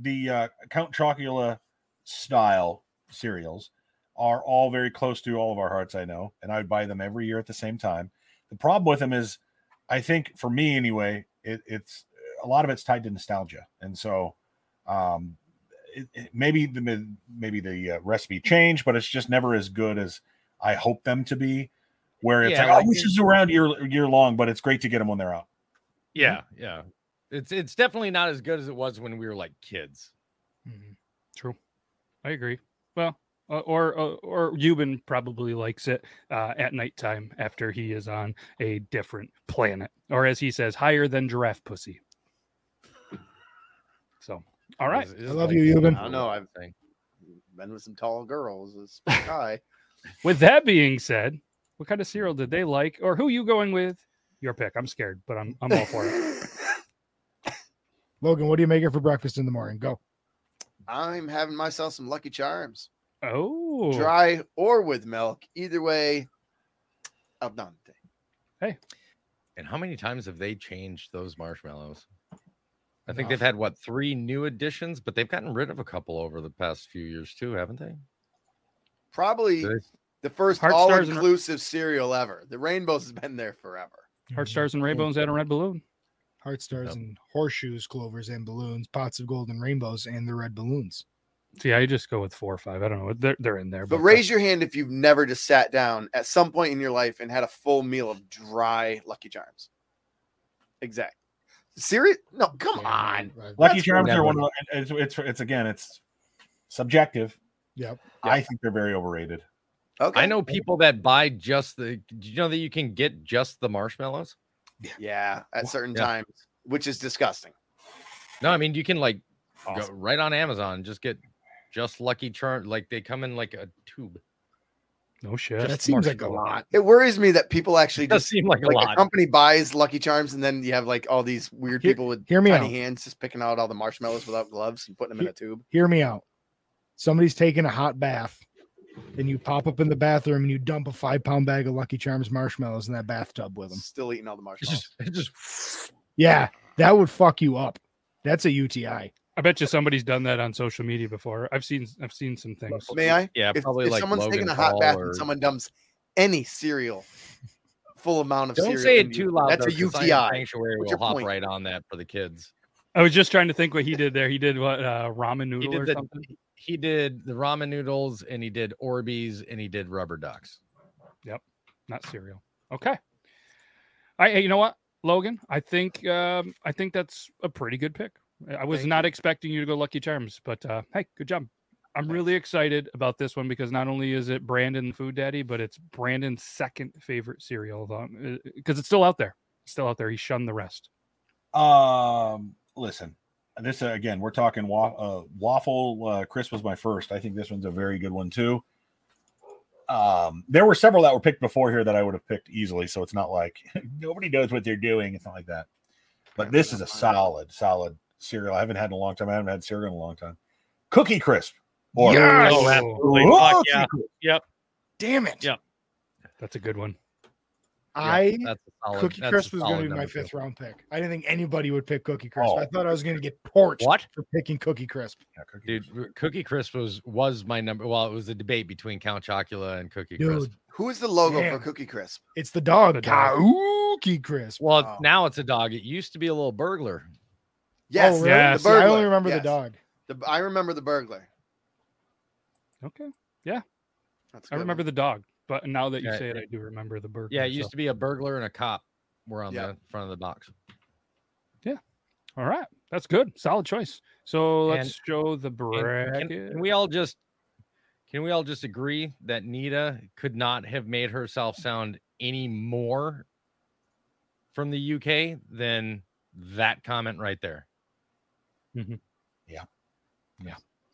Speaker 5: the uh, Count Chocula style cereals are all very close to all of our hearts, I know, and I would buy them every year at the same time. The problem with them is, I think for me anyway, it, it's a lot of it's tied to nostalgia, and so um, it, it- maybe the maybe the uh, recipe changed, but it's just never as good as I hope them to be. Where it's
Speaker 4: Yeah,
Speaker 5: like,
Speaker 4: like
Speaker 5: oh, this
Speaker 4: it-
Speaker 5: is around year year long, but it's great to get them when they're out.
Speaker 4: Yeah, yeah. It's it's definitely not as good as it was when we were like kids.
Speaker 2: Mhm.
Speaker 1: True, I agree. Well, uh, or uh, or Euban probably likes it uh, at nighttime after he is on a different planet, or as he says, higher than giraffe pussy. So, all right,
Speaker 4: Is- is
Speaker 2: I love
Speaker 4: like
Speaker 2: you,
Speaker 4: the-
Speaker 2: Euban.
Speaker 6: I don't know, I've-
Speaker 4: thing.
Speaker 6: Been with some tall girls. It's pretty high.
Speaker 1: With that being said, what kind of cereal did they like, or who you going with? Your pick. I'm scared, but I'm I'm all for it.
Speaker 2: Logan, what are you making for breakfast in the morning? Go.
Speaker 6: I'm having myself some Lucky Charms,
Speaker 1: Oh,
Speaker 6: dry or with milk. Either way, al dente.
Speaker 4: And how many times have they changed those marshmallows? I think
Speaker 2: Enough.
Speaker 4: they've had what three new additions, but they've gotten rid of a couple over the past few years too, haven't they?
Speaker 6: Probably
Speaker 4: Do they-
Speaker 6: the first
Speaker 1: Heart Stars and-
Speaker 6: all-inclusive cereal ever. The Rainbows *laughs* has been there forever.
Speaker 1: heart stars and rainbows and a red balloon.
Speaker 2: Heart stars
Speaker 4: Yep.
Speaker 2: and horseshoes, clovers and balloons, pots of gold and rainbows, and the red balloons.
Speaker 1: See, I just go with four or five. I don't know. They're they're in there.
Speaker 6: But raise your hand if you've never just sat down at some point in your life and had a full meal of dry Lucky Charms. Exact. Serious? No, come
Speaker 2: Yeah,
Speaker 6: on.
Speaker 2: right.
Speaker 5: Lucky
Speaker 6: That's
Speaker 5: Charms are
Speaker 4: whatever.
Speaker 5: one of the- it's, it's it's again it's subjective.
Speaker 2: Yep.
Speaker 5: I think they're very overrated.
Speaker 6: Okay.
Speaker 4: I know people that buy just the. Do you know that you can get just the marshmallows?
Speaker 6: Yeah, at certain
Speaker 4: Yeah.
Speaker 6: times, which is disgusting.
Speaker 4: No, I mean you can like
Speaker 5: Awesome.
Speaker 4: go right on Amazon, and just get just Lucky Charm. Like they come in like a tube.
Speaker 1: no shit.
Speaker 2: That
Speaker 4: That's
Speaker 2: seems like a
Speaker 4: marshmallow.
Speaker 2: lot.
Speaker 6: It worries me that
Speaker 4: *laughs*
Speaker 6: people actually
Speaker 4: It does
Speaker 6: just
Speaker 4: seem like a
Speaker 6: like a,
Speaker 4: lot.
Speaker 6: company buys Lucky Charms and then you have like all these weird
Speaker 2: Here-
Speaker 6: people with
Speaker 2: Hear me
Speaker 6: tiny
Speaker 2: out.
Speaker 6: hands just picking out all the marshmallows without gloves and putting them in a tube.
Speaker 2: Hear me out. Somebody's taking a hot bath, and you pop up in the bathroom and you dump a five pound bag of Lucky Charms marshmallows in that bathtub with them.
Speaker 6: Still eating all the
Speaker 4: It's
Speaker 6: marshmallows.
Speaker 4: just, it's just *sniffs*
Speaker 2: Yeah, that would fuck you up. That's a UTI.
Speaker 1: I bet you somebody's done that on social media before. I've seen I've seen some *laughs* things.
Speaker 6: May I?
Speaker 4: yeah,
Speaker 6: if,
Speaker 4: probably
Speaker 6: if
Speaker 4: like
Speaker 6: someone's
Speaker 4: Logan
Speaker 6: taking a hot
Speaker 4: Paul
Speaker 6: bath
Speaker 4: or-
Speaker 6: and someone dumps any cereal full amount of
Speaker 4: Don't
Speaker 6: cereal
Speaker 4: say it
Speaker 6: into you,
Speaker 4: too loud.
Speaker 6: that's a
Speaker 4: though, 'cause Science
Speaker 6: uti
Speaker 4: Sanctuary
Speaker 6: What's
Speaker 4: will
Speaker 6: your
Speaker 4: hop
Speaker 6: point?
Speaker 4: right on that for the kids.
Speaker 1: I was just trying to think what he did there. He did what uh, ramen noodle
Speaker 4: did
Speaker 1: or
Speaker 4: the-
Speaker 1: something.
Speaker 4: He did the ramen noodles, and he did Orbeez, and he did rubber ducks.
Speaker 1: not cereal. Okay. I hey, you know what, Logan? I think um, I think that's a pretty good pick. I- I was
Speaker 6: Thank
Speaker 1: not expecting you to go Lucky Charms, but uh, hey, good job. I'm really excited about this one because not only is it Brandon Food Daddy, but it's Brandon's second favorite cereal because it's still out there. It's still out there. He shunned the rest.
Speaker 5: Um, listen, this uh, again, we're talking wa- uh, waffle. Uh, Chris was my first. I think this one's a very good one too. Um, there were several that were picked before here that I would have picked easily, so it's not like *laughs* nobody knows what they're doing. It's not like that. But this is a solid, solid cereal. I haven't had in a long time. I haven't had cereal in a long time. Cookie crisp. Or
Speaker 1: Yes!
Speaker 4: Oh, absolutely.
Speaker 5: Cookie
Speaker 4: Fuck yeah.
Speaker 5: Crisp.
Speaker 2: Damn it.
Speaker 4: Yeah.
Speaker 1: That's a good one.
Speaker 2: I
Speaker 4: that's a solid,
Speaker 2: Cookie
Speaker 4: that's a
Speaker 2: Crisp was going
Speaker 4: solid
Speaker 2: to be my
Speaker 4: number two.
Speaker 2: fifth round pick. I didn't think anybody would pick Cookie Crisp.
Speaker 5: Oh.
Speaker 2: I thought I was going to get torched
Speaker 4: What?
Speaker 2: for picking Cookie Crisp.
Speaker 5: Yeah, Cookie
Speaker 4: Dude,
Speaker 5: Crisp.
Speaker 4: r- Cookie Crisp was was my number. Well, it was a debate between Count Chocula and Cookie
Speaker 2: Dude.
Speaker 4: Crisp.
Speaker 6: Who is the logo
Speaker 2: Damn. Oh,
Speaker 6: for Cookie Crisp?
Speaker 2: It's the dog.
Speaker 1: The dog.
Speaker 2: Cookie Crisp.
Speaker 4: Well,
Speaker 6: Oh.
Speaker 4: now it's a dog. It used to be a little burglar.
Speaker 6: Yes,
Speaker 2: Oh,
Speaker 6: the
Speaker 2: really?
Speaker 1: Yes.
Speaker 2: See, I only
Speaker 6: burglar,
Speaker 2: remember the
Speaker 6: yes.
Speaker 2: dog.
Speaker 6: The- I remember the burglar.
Speaker 1: Okay.
Speaker 6: That's a
Speaker 1: I
Speaker 6: good
Speaker 1: remember
Speaker 6: one.
Speaker 1: the dog, but now that you
Speaker 4: Yeah,
Speaker 1: say it,
Speaker 4: yeah.
Speaker 1: I do remember the burger.
Speaker 4: Yeah, it used to be a burglar and a cop were on
Speaker 6: Yeah.
Speaker 4: the front of the box.
Speaker 1: All right. That's good. Solid choice. So
Speaker 4: And-
Speaker 1: let's show the
Speaker 4: And
Speaker 1: bracket.
Speaker 4: Can, can we all just can we all just agree that Nita could not have made herself sound any more from the UK than that comment right there?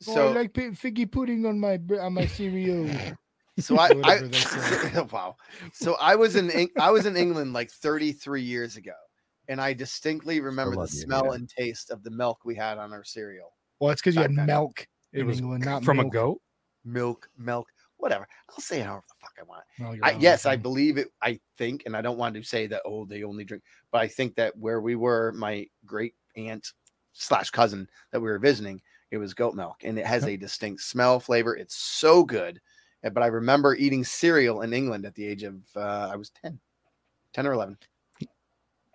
Speaker 2: So,
Speaker 6: so.
Speaker 2: Oh, I like figgy pudding on my on my cereal.
Speaker 6: So I, I
Speaker 2: whatever they
Speaker 6: *laughs*
Speaker 2: say.
Speaker 6: so- wow. So I was in Eng- I was in England like 33 years ago, and I distinctly remember the
Speaker 4: love you,
Speaker 6: smell
Speaker 4: Nita.
Speaker 6: and taste of the milk we had on our cereal.
Speaker 2: well, it's because you had
Speaker 6: Okay.
Speaker 2: milk in
Speaker 1: It was
Speaker 2: England, not
Speaker 1: from a
Speaker 2: milk.
Speaker 1: goat.
Speaker 6: Milk, milk, whatever. I'll say it however the fuck fuck I want.
Speaker 2: No, you're
Speaker 6: I,
Speaker 2: wrong.
Speaker 6: yes, I believe it. I think, and I don't want to say that. Oh, they only drink, but I think that where we were, my great aunt slash cousin that we were visiting, it was goat milk, and it has a distinct smell, flavor. It's so good. Uh, But I remember eating cereal in England at the age of uh, I was 10, 10 or eleven.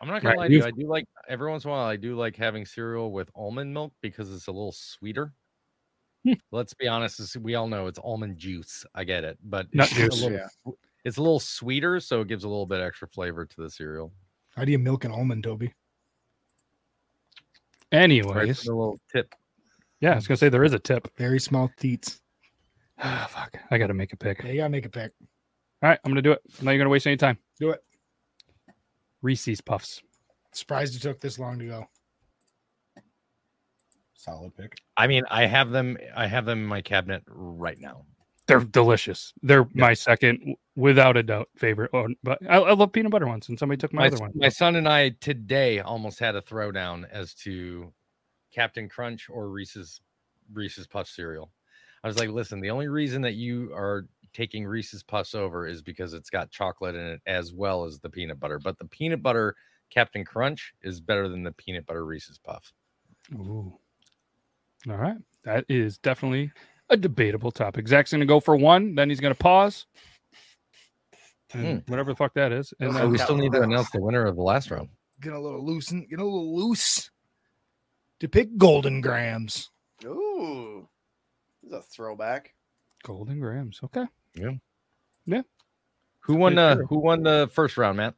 Speaker 4: I'm not gonna
Speaker 1: Right,
Speaker 4: lie to you.
Speaker 1: you've-
Speaker 4: I do like every once in a while. I do like having cereal with almond milk because it's a little sweeter.
Speaker 1: Hmm.
Speaker 4: Let's be honest. this- We all know it's almond juice. I get it, but
Speaker 1: Nut
Speaker 4: it's just a
Speaker 1: juice.
Speaker 4: little
Speaker 2: Yeah.
Speaker 4: sw- It's a little sweeter, so it gives a little bit extra flavor to the cereal.
Speaker 2: How do you milk an almond, Toby?
Speaker 4: Right,
Speaker 1: Anyways,
Speaker 4: it's a little tip.
Speaker 1: yeah, I was gonna say there is a tip. *sighs*
Speaker 2: Very small teats.
Speaker 1: Ah, fuck, I gotta make a pick.
Speaker 2: Yeah, you gotta make a pick.
Speaker 1: All right, I'm gonna do it. I'm not even gonna waste any time.
Speaker 2: Do it.
Speaker 1: Reese's Puffs.
Speaker 2: Surprised it took this long to go.
Speaker 5: Solid pick.
Speaker 4: I mean, I have them. I have them in my cabinet right now.
Speaker 1: They're delicious. They're my second, w- without a doubt, favorite. Oh, but I, I love peanut butter ones, and somebody took my,
Speaker 4: My,
Speaker 1: other
Speaker 4: s-
Speaker 1: one.
Speaker 4: my son and I today almost had a throwdown as to Captain Crunch or Reese's Reese's Puff cereal. I was like, listen, the only reason that you are taking Reese's Puffs over is because it's got chocolate in it as well as the peanut butter. But the peanut butter Captain Crunch is better than the peanut butter Reese's Puff.
Speaker 1: Ooh. All right. That is definitely a debatable topic. Zach's going to go for one, then he's going to pause. and then Whatever the fuck that is. And
Speaker 6: Those
Speaker 4: So
Speaker 1: then-
Speaker 4: Oh, we still need to announce the winner of the last round.
Speaker 2: Get a little loose and get a little loose to pick golden grams.
Speaker 6: Ooh, this is a throwback.
Speaker 1: Golden grams. Okay.
Speaker 4: Who won?
Speaker 1: pretty
Speaker 4: Uh,
Speaker 1: true.
Speaker 4: who won the first round, Matt?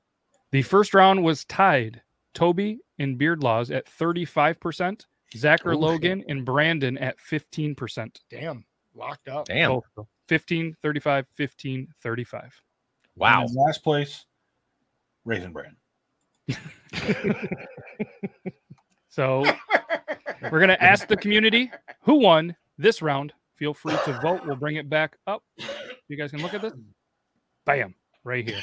Speaker 1: The first round was tied. Toby and Beardlaws at 35%, Zachary
Speaker 4: Oh, shit.
Speaker 1: Logan and Brandon at 15%.
Speaker 2: Damn, locked up.
Speaker 4: Damn!
Speaker 1: Both of them. 15, 35, 15, 35.
Speaker 4: Wow!
Speaker 5: And in last place, Raisin Bran.
Speaker 1: So we're going to ask the community who won this round. Feel free to vote. We'll bring it back up. You guys can look at this. Bam, right here.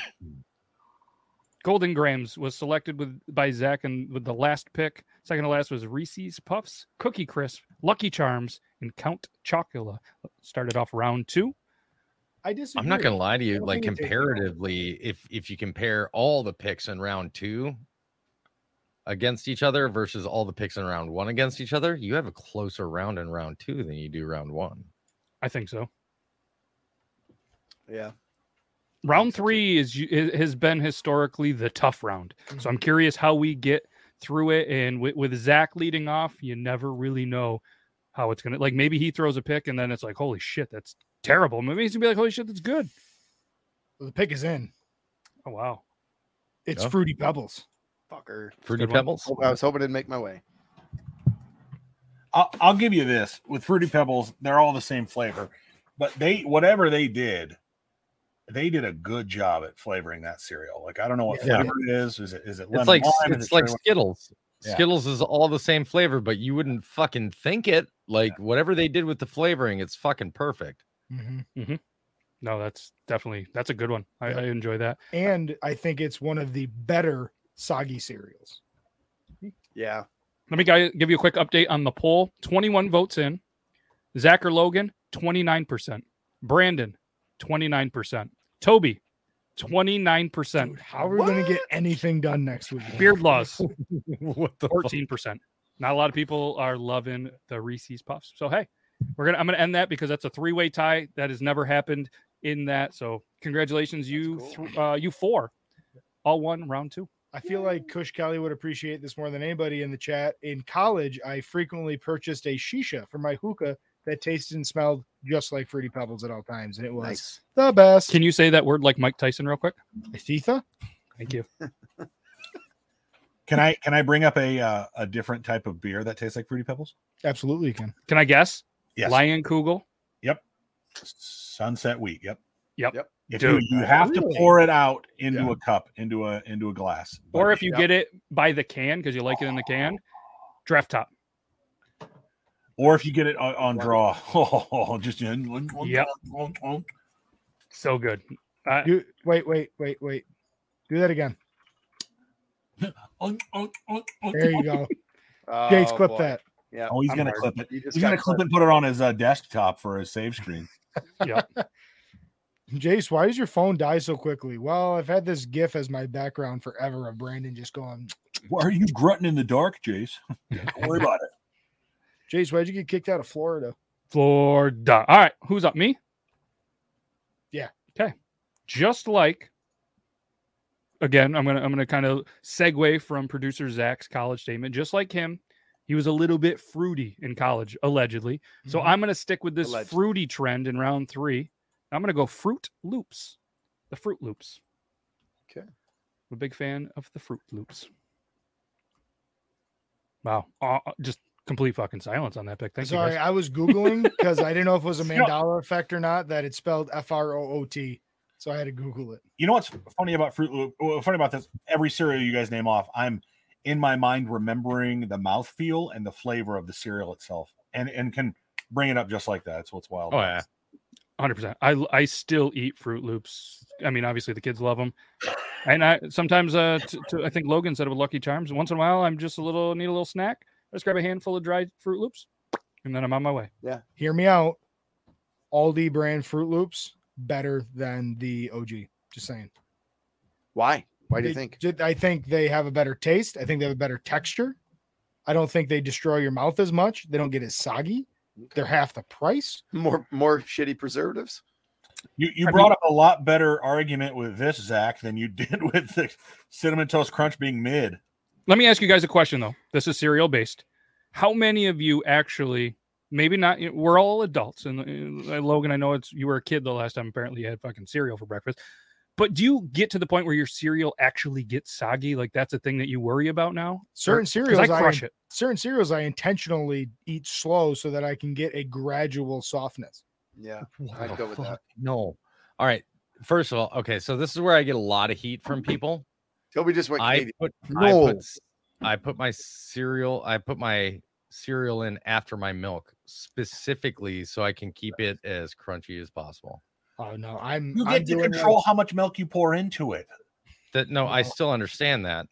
Speaker 1: Golden Grams was selected with by Zach and with the last pick. Second to last was Reese's Puffs, Cookie Crisp, Lucky Charms, and Count Chocula. Started off round two.
Speaker 2: I disagree.
Speaker 4: I'm not gonna lie to you.
Speaker 2: don't
Speaker 4: Like
Speaker 2: think it takes that long.
Speaker 4: comparatively, if if you compare all the picks in round two against each other versus all the picks in round one against each other, you have a closer round in round two than you do round one.
Speaker 1: I think so.
Speaker 6: Yeah.
Speaker 1: Round three is u- i- has been historically the tough round. So I'm curious how we get through it. And with, with Zach leading off, you never really know how it's gonna. Like maybe he throws a pick and then it's like, holy shit, that's terrible. Maybe he's gonna be like, holy shit, that's good.
Speaker 2: The pick is in.
Speaker 1: Oh wow.
Speaker 2: It's
Speaker 4: Yeah.
Speaker 2: fruity pebbles.
Speaker 6: Fucker.
Speaker 4: Fruity
Speaker 1: good one.
Speaker 4: Pebbles.
Speaker 6: Hope- I was hoping it'd make my way.
Speaker 5: I'll, I'll give you this with fruity pebbles they're all the same flavor but they whatever they did they did a good job at flavoring that cereal like i don't know what
Speaker 2: Yeah.
Speaker 5: flavor it is is it is it lemon
Speaker 4: It's like
Speaker 5: lime? Is
Speaker 4: it's
Speaker 5: it
Speaker 4: like
Speaker 5: cherry-
Speaker 4: Skittles.
Speaker 5: Yeah.
Speaker 4: Skittles is all the same flavor, but you wouldn't fucking think it. Like whatever they did with the flavoring, it's fucking perfect. *laughs*
Speaker 2: Mhm.
Speaker 1: No, that's definitely that's a good one. I,
Speaker 2: Yeah.
Speaker 1: I enjoy that.
Speaker 2: And I think it's one of the better soggy cereals.
Speaker 6: Yeah.
Speaker 1: Let me gui- give you a quick update on the poll. 21 votes in. Zach or Logan, 29%. Brandon, 29%. Toby, 29%.
Speaker 2: Dude, how are we going to get anything done next week?
Speaker 1: Beard laws,
Speaker 4: what the fuck?
Speaker 1: 14%. Not a lot of people are loving the Reese's Puffs. So hey, we're gonna I'm gonna end that because that's a three-way tie that has never happened in that. So congratulations, you
Speaker 6: That's
Speaker 1: th- uh, you four, all one round two.
Speaker 2: I feel like Kush Kelly would appreciate this more than anybody in the chat. In college, I frequently purchased a shisha for my hookah that tasted and smelled just like fruity pebbles at all times, and it was
Speaker 6: Nice.
Speaker 2: the best.
Speaker 1: Can you say that word like Mike Tyson real quick?
Speaker 2: Aesthetha?
Speaker 1: Thank you.
Speaker 5: can i can i bring up a uh, a different type of beer that tastes like fruity pebbles
Speaker 2: Absolutely, you can.
Speaker 1: Can I guess?
Speaker 5: yes
Speaker 1: Lion Kugel.
Speaker 5: sunset wheat yep
Speaker 1: Yep.
Speaker 6: Yep.
Speaker 5: if
Speaker 1: Dude.
Speaker 5: you, you have
Speaker 2: Really?
Speaker 5: to pour it out into
Speaker 2: Yeah.
Speaker 5: a cup into a into a glass but
Speaker 1: or if you
Speaker 6: yeah.
Speaker 1: get it by the can because you like it in the can, draft top.
Speaker 5: or if you get it on, on draw *laughs* oh just in
Speaker 1: Yep. So good. Uh,
Speaker 2: You wait, wait, wait, wait. Do that again. There you
Speaker 6: *laughs*
Speaker 2: go. Jake's
Speaker 6: Oh,
Speaker 2: clip
Speaker 6: boy.
Speaker 2: that.
Speaker 6: Yeah.
Speaker 5: oh he's
Speaker 1: I'm
Speaker 5: gonna
Speaker 1: hard.
Speaker 5: clip it
Speaker 6: You just
Speaker 5: He's gonna
Speaker 6: gotta
Speaker 5: clip it and put it on his uh, desktop for his save screen.
Speaker 1: Yep.
Speaker 2: Jace, why does your phone die so quickly? Well, I've had this GIF as my background forever of Brandon just going,
Speaker 3: Why are you grunting in the dark, Jace?
Speaker 5: *laughs*
Speaker 3: Don't worry about it.
Speaker 2: Jace, why'd you get kicked out of Florida?
Speaker 1: Florida. All right, who's up? Me?
Speaker 2: Yeah.
Speaker 1: Okay. Just like again, I'm gonna I'm gonna kind of segue from producer Zach's college statement. Just like him, he was a little bit fruity in college, allegedly. So
Speaker 2: Mm-hmm.
Speaker 1: I'm gonna stick with this
Speaker 6: Allegedly.
Speaker 1: fruity trend in round three. I'm gonna go fruit loops. The fruit loops.
Speaker 6: Okay.
Speaker 1: I'm a big fan of the fruit loops. Wow. Uh, just complete fucking silence on that pick. Thank you.
Speaker 2: Sorry,
Speaker 1: guys.
Speaker 2: I was Googling because I didn't know if
Speaker 1: *laughs*
Speaker 2: it was a
Speaker 5: No.
Speaker 2: mandala effect or not, that it's spelled F R O O T. So I had to Google it.
Speaker 5: You know what's funny about Fruit Loop? uh, well, Funny about this? Every cereal you guys name off, I'm in my mind remembering the mouthfeel and the flavor of the cereal itself, and and can bring it up just like that. That's what's wild.
Speaker 4: Oh,
Speaker 5: about
Speaker 4: yeah.
Speaker 5: it.
Speaker 1: hundred percent. I I still eat Fruit Loops. I mean, obviously the kids love them, and I sometimes uh t- t- I think Logan said it with Lucky Charms. Once in a while, I'm just a little need a little snack. I just grab a handful of dried Fruit Loops, and then I'm on my way.
Speaker 2: Hear me out. Aldi brand Fruit Loops better than the OG. Just saying.
Speaker 6: Why? Why do you
Speaker 2: They-
Speaker 6: think?
Speaker 2: ju- I think they have a better taste. I think they have a better texture. I don't think they destroy your mouth as much. They don't get as soggy. They're half the price.
Speaker 6: More more shitty preservatives.
Speaker 5: You you
Speaker 1: I
Speaker 5: brought up a lot better argument with this Zach than you *laughs* did with the cinnamon toast crunch being mid.
Speaker 1: Let me ask you guys a question though. This is cereal based. How many of you actually? Maybe not. you- We're all adults, and uh, Logan, I know it's you were a kid the last time. Apparently, you had fucking cereal for breakfast. But do you get to the point where your cereal actually gets soggy? Like that's a thing that you worry about now.
Speaker 2: Certain
Speaker 1: 'Cause
Speaker 2: cereals,
Speaker 1: I
Speaker 2: I
Speaker 1: crush it.
Speaker 2: certain cereals, I intentionally eat slow so that I can get a gradual softness.
Speaker 6: Yeah.
Speaker 4: What
Speaker 6: I'd
Speaker 4: the
Speaker 6: go with that.
Speaker 4: fuck? No. All right. First of all, okay. So this is where I get a lot of heat from people.
Speaker 6: Toby just went
Speaker 4: I
Speaker 6: Canadian.
Speaker 4: put, I
Speaker 6: No.
Speaker 4: put s- I put my cereal I put my cereal in after my milk specifically so I can keep it as crunchy as possible.
Speaker 2: Oh no, I'm
Speaker 5: You
Speaker 2: I'm
Speaker 5: get to
Speaker 2: doing that.
Speaker 5: control how much milk you pour into it.
Speaker 4: That no, I
Speaker 2: No.
Speaker 4: still understand that.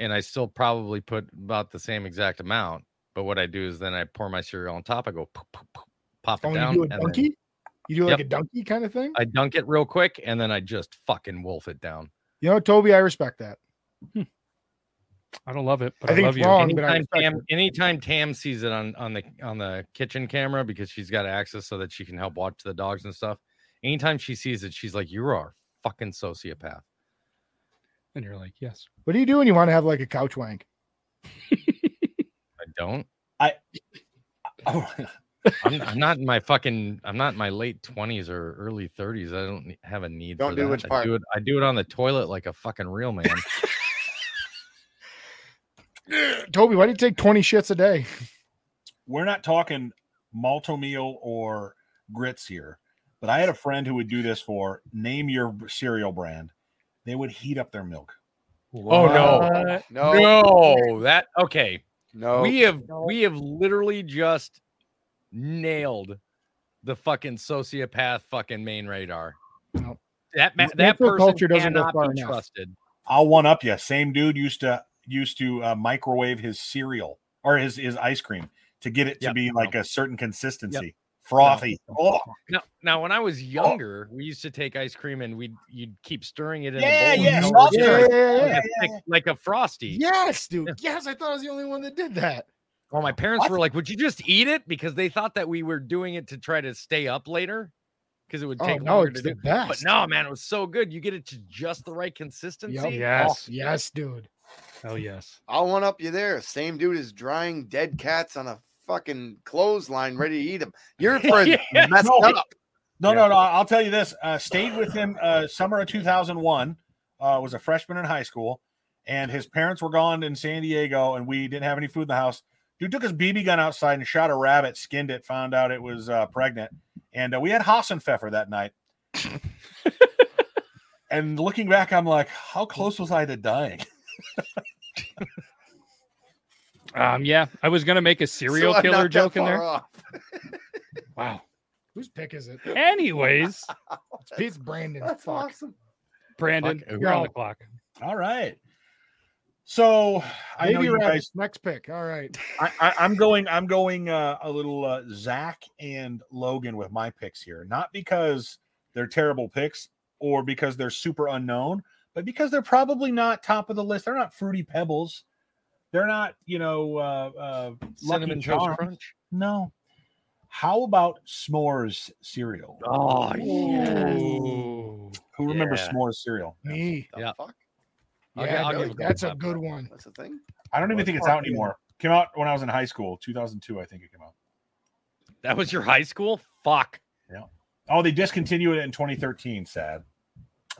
Speaker 4: And I still probably put about the same exact amount, but what I do is then I pour my cereal on top, I go pop, pop, pop, pop
Speaker 2: Oh,
Speaker 4: it
Speaker 2: you
Speaker 4: down
Speaker 2: do a
Speaker 4: and then
Speaker 2: donkey? You do like a donkey kind of thing?
Speaker 4: I dunk it real quick and then I just fucking wolf it down.
Speaker 2: you know, Toby, I respect that.
Speaker 1: I don't love it, but
Speaker 2: I
Speaker 1: I,
Speaker 2: think
Speaker 1: love
Speaker 2: it's
Speaker 1: you.
Speaker 2: wrong. but I
Speaker 4: anytime
Speaker 2: respect
Speaker 4: Tam, anytime Tam sees it on on the on the kitchen camera because she's got access so that she can help watch the dogs and stuff. Anytime she sees it, she's like, "You are a fucking sociopath."
Speaker 1: And you're like, yes.
Speaker 2: What do you do when you want to have like a couch wank? *clears throat*
Speaker 4: I don't.
Speaker 5: Oh,
Speaker 4: I'm, I'm not in my fucking. I'm not in my late twenties or early thirties. I don't ne- have a need.
Speaker 6: Don't
Speaker 4: for
Speaker 6: do
Speaker 4: that.
Speaker 6: which
Speaker 4: I
Speaker 6: part?
Speaker 4: do it. I do it on the toilet like a fucking real man.
Speaker 2: Toby, why do you take 20 shits a day?
Speaker 5: we're not talking malto meal or grits here, but I had a friend who would do this for name your cereal brand. They would heat up their milk.
Speaker 4: *laughs* oh no.
Speaker 6: No.
Speaker 4: No, that okay.
Speaker 2: Oh,
Speaker 6: No.
Speaker 4: we have we have literally just nailed the fucking sociopath fucking main radar.
Speaker 2: Nope.
Speaker 4: That ma-
Speaker 2: Cancel
Speaker 4: that person
Speaker 2: culture doesn't go
Speaker 4: cannot
Speaker 2: far
Speaker 4: be
Speaker 2: enough.
Speaker 4: trusted.
Speaker 5: I'll one up you. Same dude used to used to uh, microwave his cereal or his his ice cream to get it to
Speaker 4: Yep,
Speaker 5: be
Speaker 4: no.
Speaker 5: like a certain consistency, frothy. Oh,
Speaker 4: Now, now, when I was
Speaker 2: Oh.
Speaker 4: younger, we used to take ice cream and we'd you'd keep stirring it in
Speaker 5: Yeah,
Speaker 4: a bowl
Speaker 5: yeah,
Speaker 4: and
Speaker 5: soft
Speaker 4: stir it
Speaker 5: serve.
Speaker 4: like
Speaker 2: yeah,
Speaker 4: a thick- like a frosty.
Speaker 2: Yes, dude. Yes, I thought I was the only one that did that.
Speaker 4: Well, my parents
Speaker 5: What?
Speaker 4: were like, "Would you just eat it?" Because they thought that we were doing it to try to stay up later, because it would
Speaker 2: Oh
Speaker 4: take
Speaker 2: no,
Speaker 4: longer
Speaker 2: it's
Speaker 4: to
Speaker 2: the
Speaker 4: do. But
Speaker 2: best.
Speaker 4: no, man, it was so good. You get it to just the right consistency.
Speaker 1: Oh, Yes.
Speaker 2: Yes, dude.
Speaker 1: Hell yes.
Speaker 6: I'll one up you there. Same dude is drying dead cats on a fucking clothesline ready to eat them.
Speaker 1: *laughs*
Speaker 6: Your friend
Speaker 4: Yeah,
Speaker 6: messed
Speaker 5: no.
Speaker 6: up.
Speaker 5: No,
Speaker 1: Yeah.
Speaker 5: no, no. I'll tell you this. Uh, stayed with him uh, summer of 2001. Uh, was a freshman in high school, and his parents were gone in San Diego, and we didn't have any food in the house. Dude took his BB gun outside and shot a rabbit, skinned it, found out it was uh, pregnant, and uh, we had Hassenpfeffer that night. and looking back, I'm like, how close was I to dying? *laughs*
Speaker 1: Um. Yeah. I was gonna make a serial
Speaker 6: So I'm
Speaker 1: killer
Speaker 6: not that
Speaker 1: joke in
Speaker 6: far
Speaker 1: there.
Speaker 6: off.
Speaker 1: Wow.
Speaker 2: Whose pick is it?
Speaker 1: Anyways,
Speaker 2: It's Pete's Brandon.
Speaker 6: That's
Speaker 2: Fuck.
Speaker 6: awesome.
Speaker 1: Brandon,
Speaker 4: Fuck,
Speaker 1: you're on the
Speaker 2: no.
Speaker 1: clock.
Speaker 5: All right. So I know
Speaker 2: Baby
Speaker 5: you guys
Speaker 2: rabbits, next pick. All right.
Speaker 5: I, I, I'm going. I'm going uh, a little uh, Zach and Logan with my picks here, not because they're terrible picks or because they're super unknown, but because they're probably not top of the list. They're not fruity pebbles. They're not, you know, uh, uh,
Speaker 4: Cinnamon Toast
Speaker 5: Charms.
Speaker 4: Crunch.
Speaker 5: no. How about s'mores cereal?
Speaker 4: Oh,
Speaker 1: Ooh. *laughs*
Speaker 5: Who remembers
Speaker 4: yeah.
Speaker 5: s'mores cereal?
Speaker 2: Me.
Speaker 6: The
Speaker 4: Yeah.
Speaker 6: fuck?
Speaker 4: I'll
Speaker 2: Yeah,
Speaker 4: gi- I'll
Speaker 2: dude,
Speaker 6: give
Speaker 4: it a
Speaker 2: that's a
Speaker 4: clap.
Speaker 2: good one.
Speaker 6: That's the thing.
Speaker 5: I don't even think it's out anymore. Came out when I was in high school, 2002, I think it came out.
Speaker 4: That was your high school? Fuck.
Speaker 5: Oh, they discontinued it in 2013. Sad.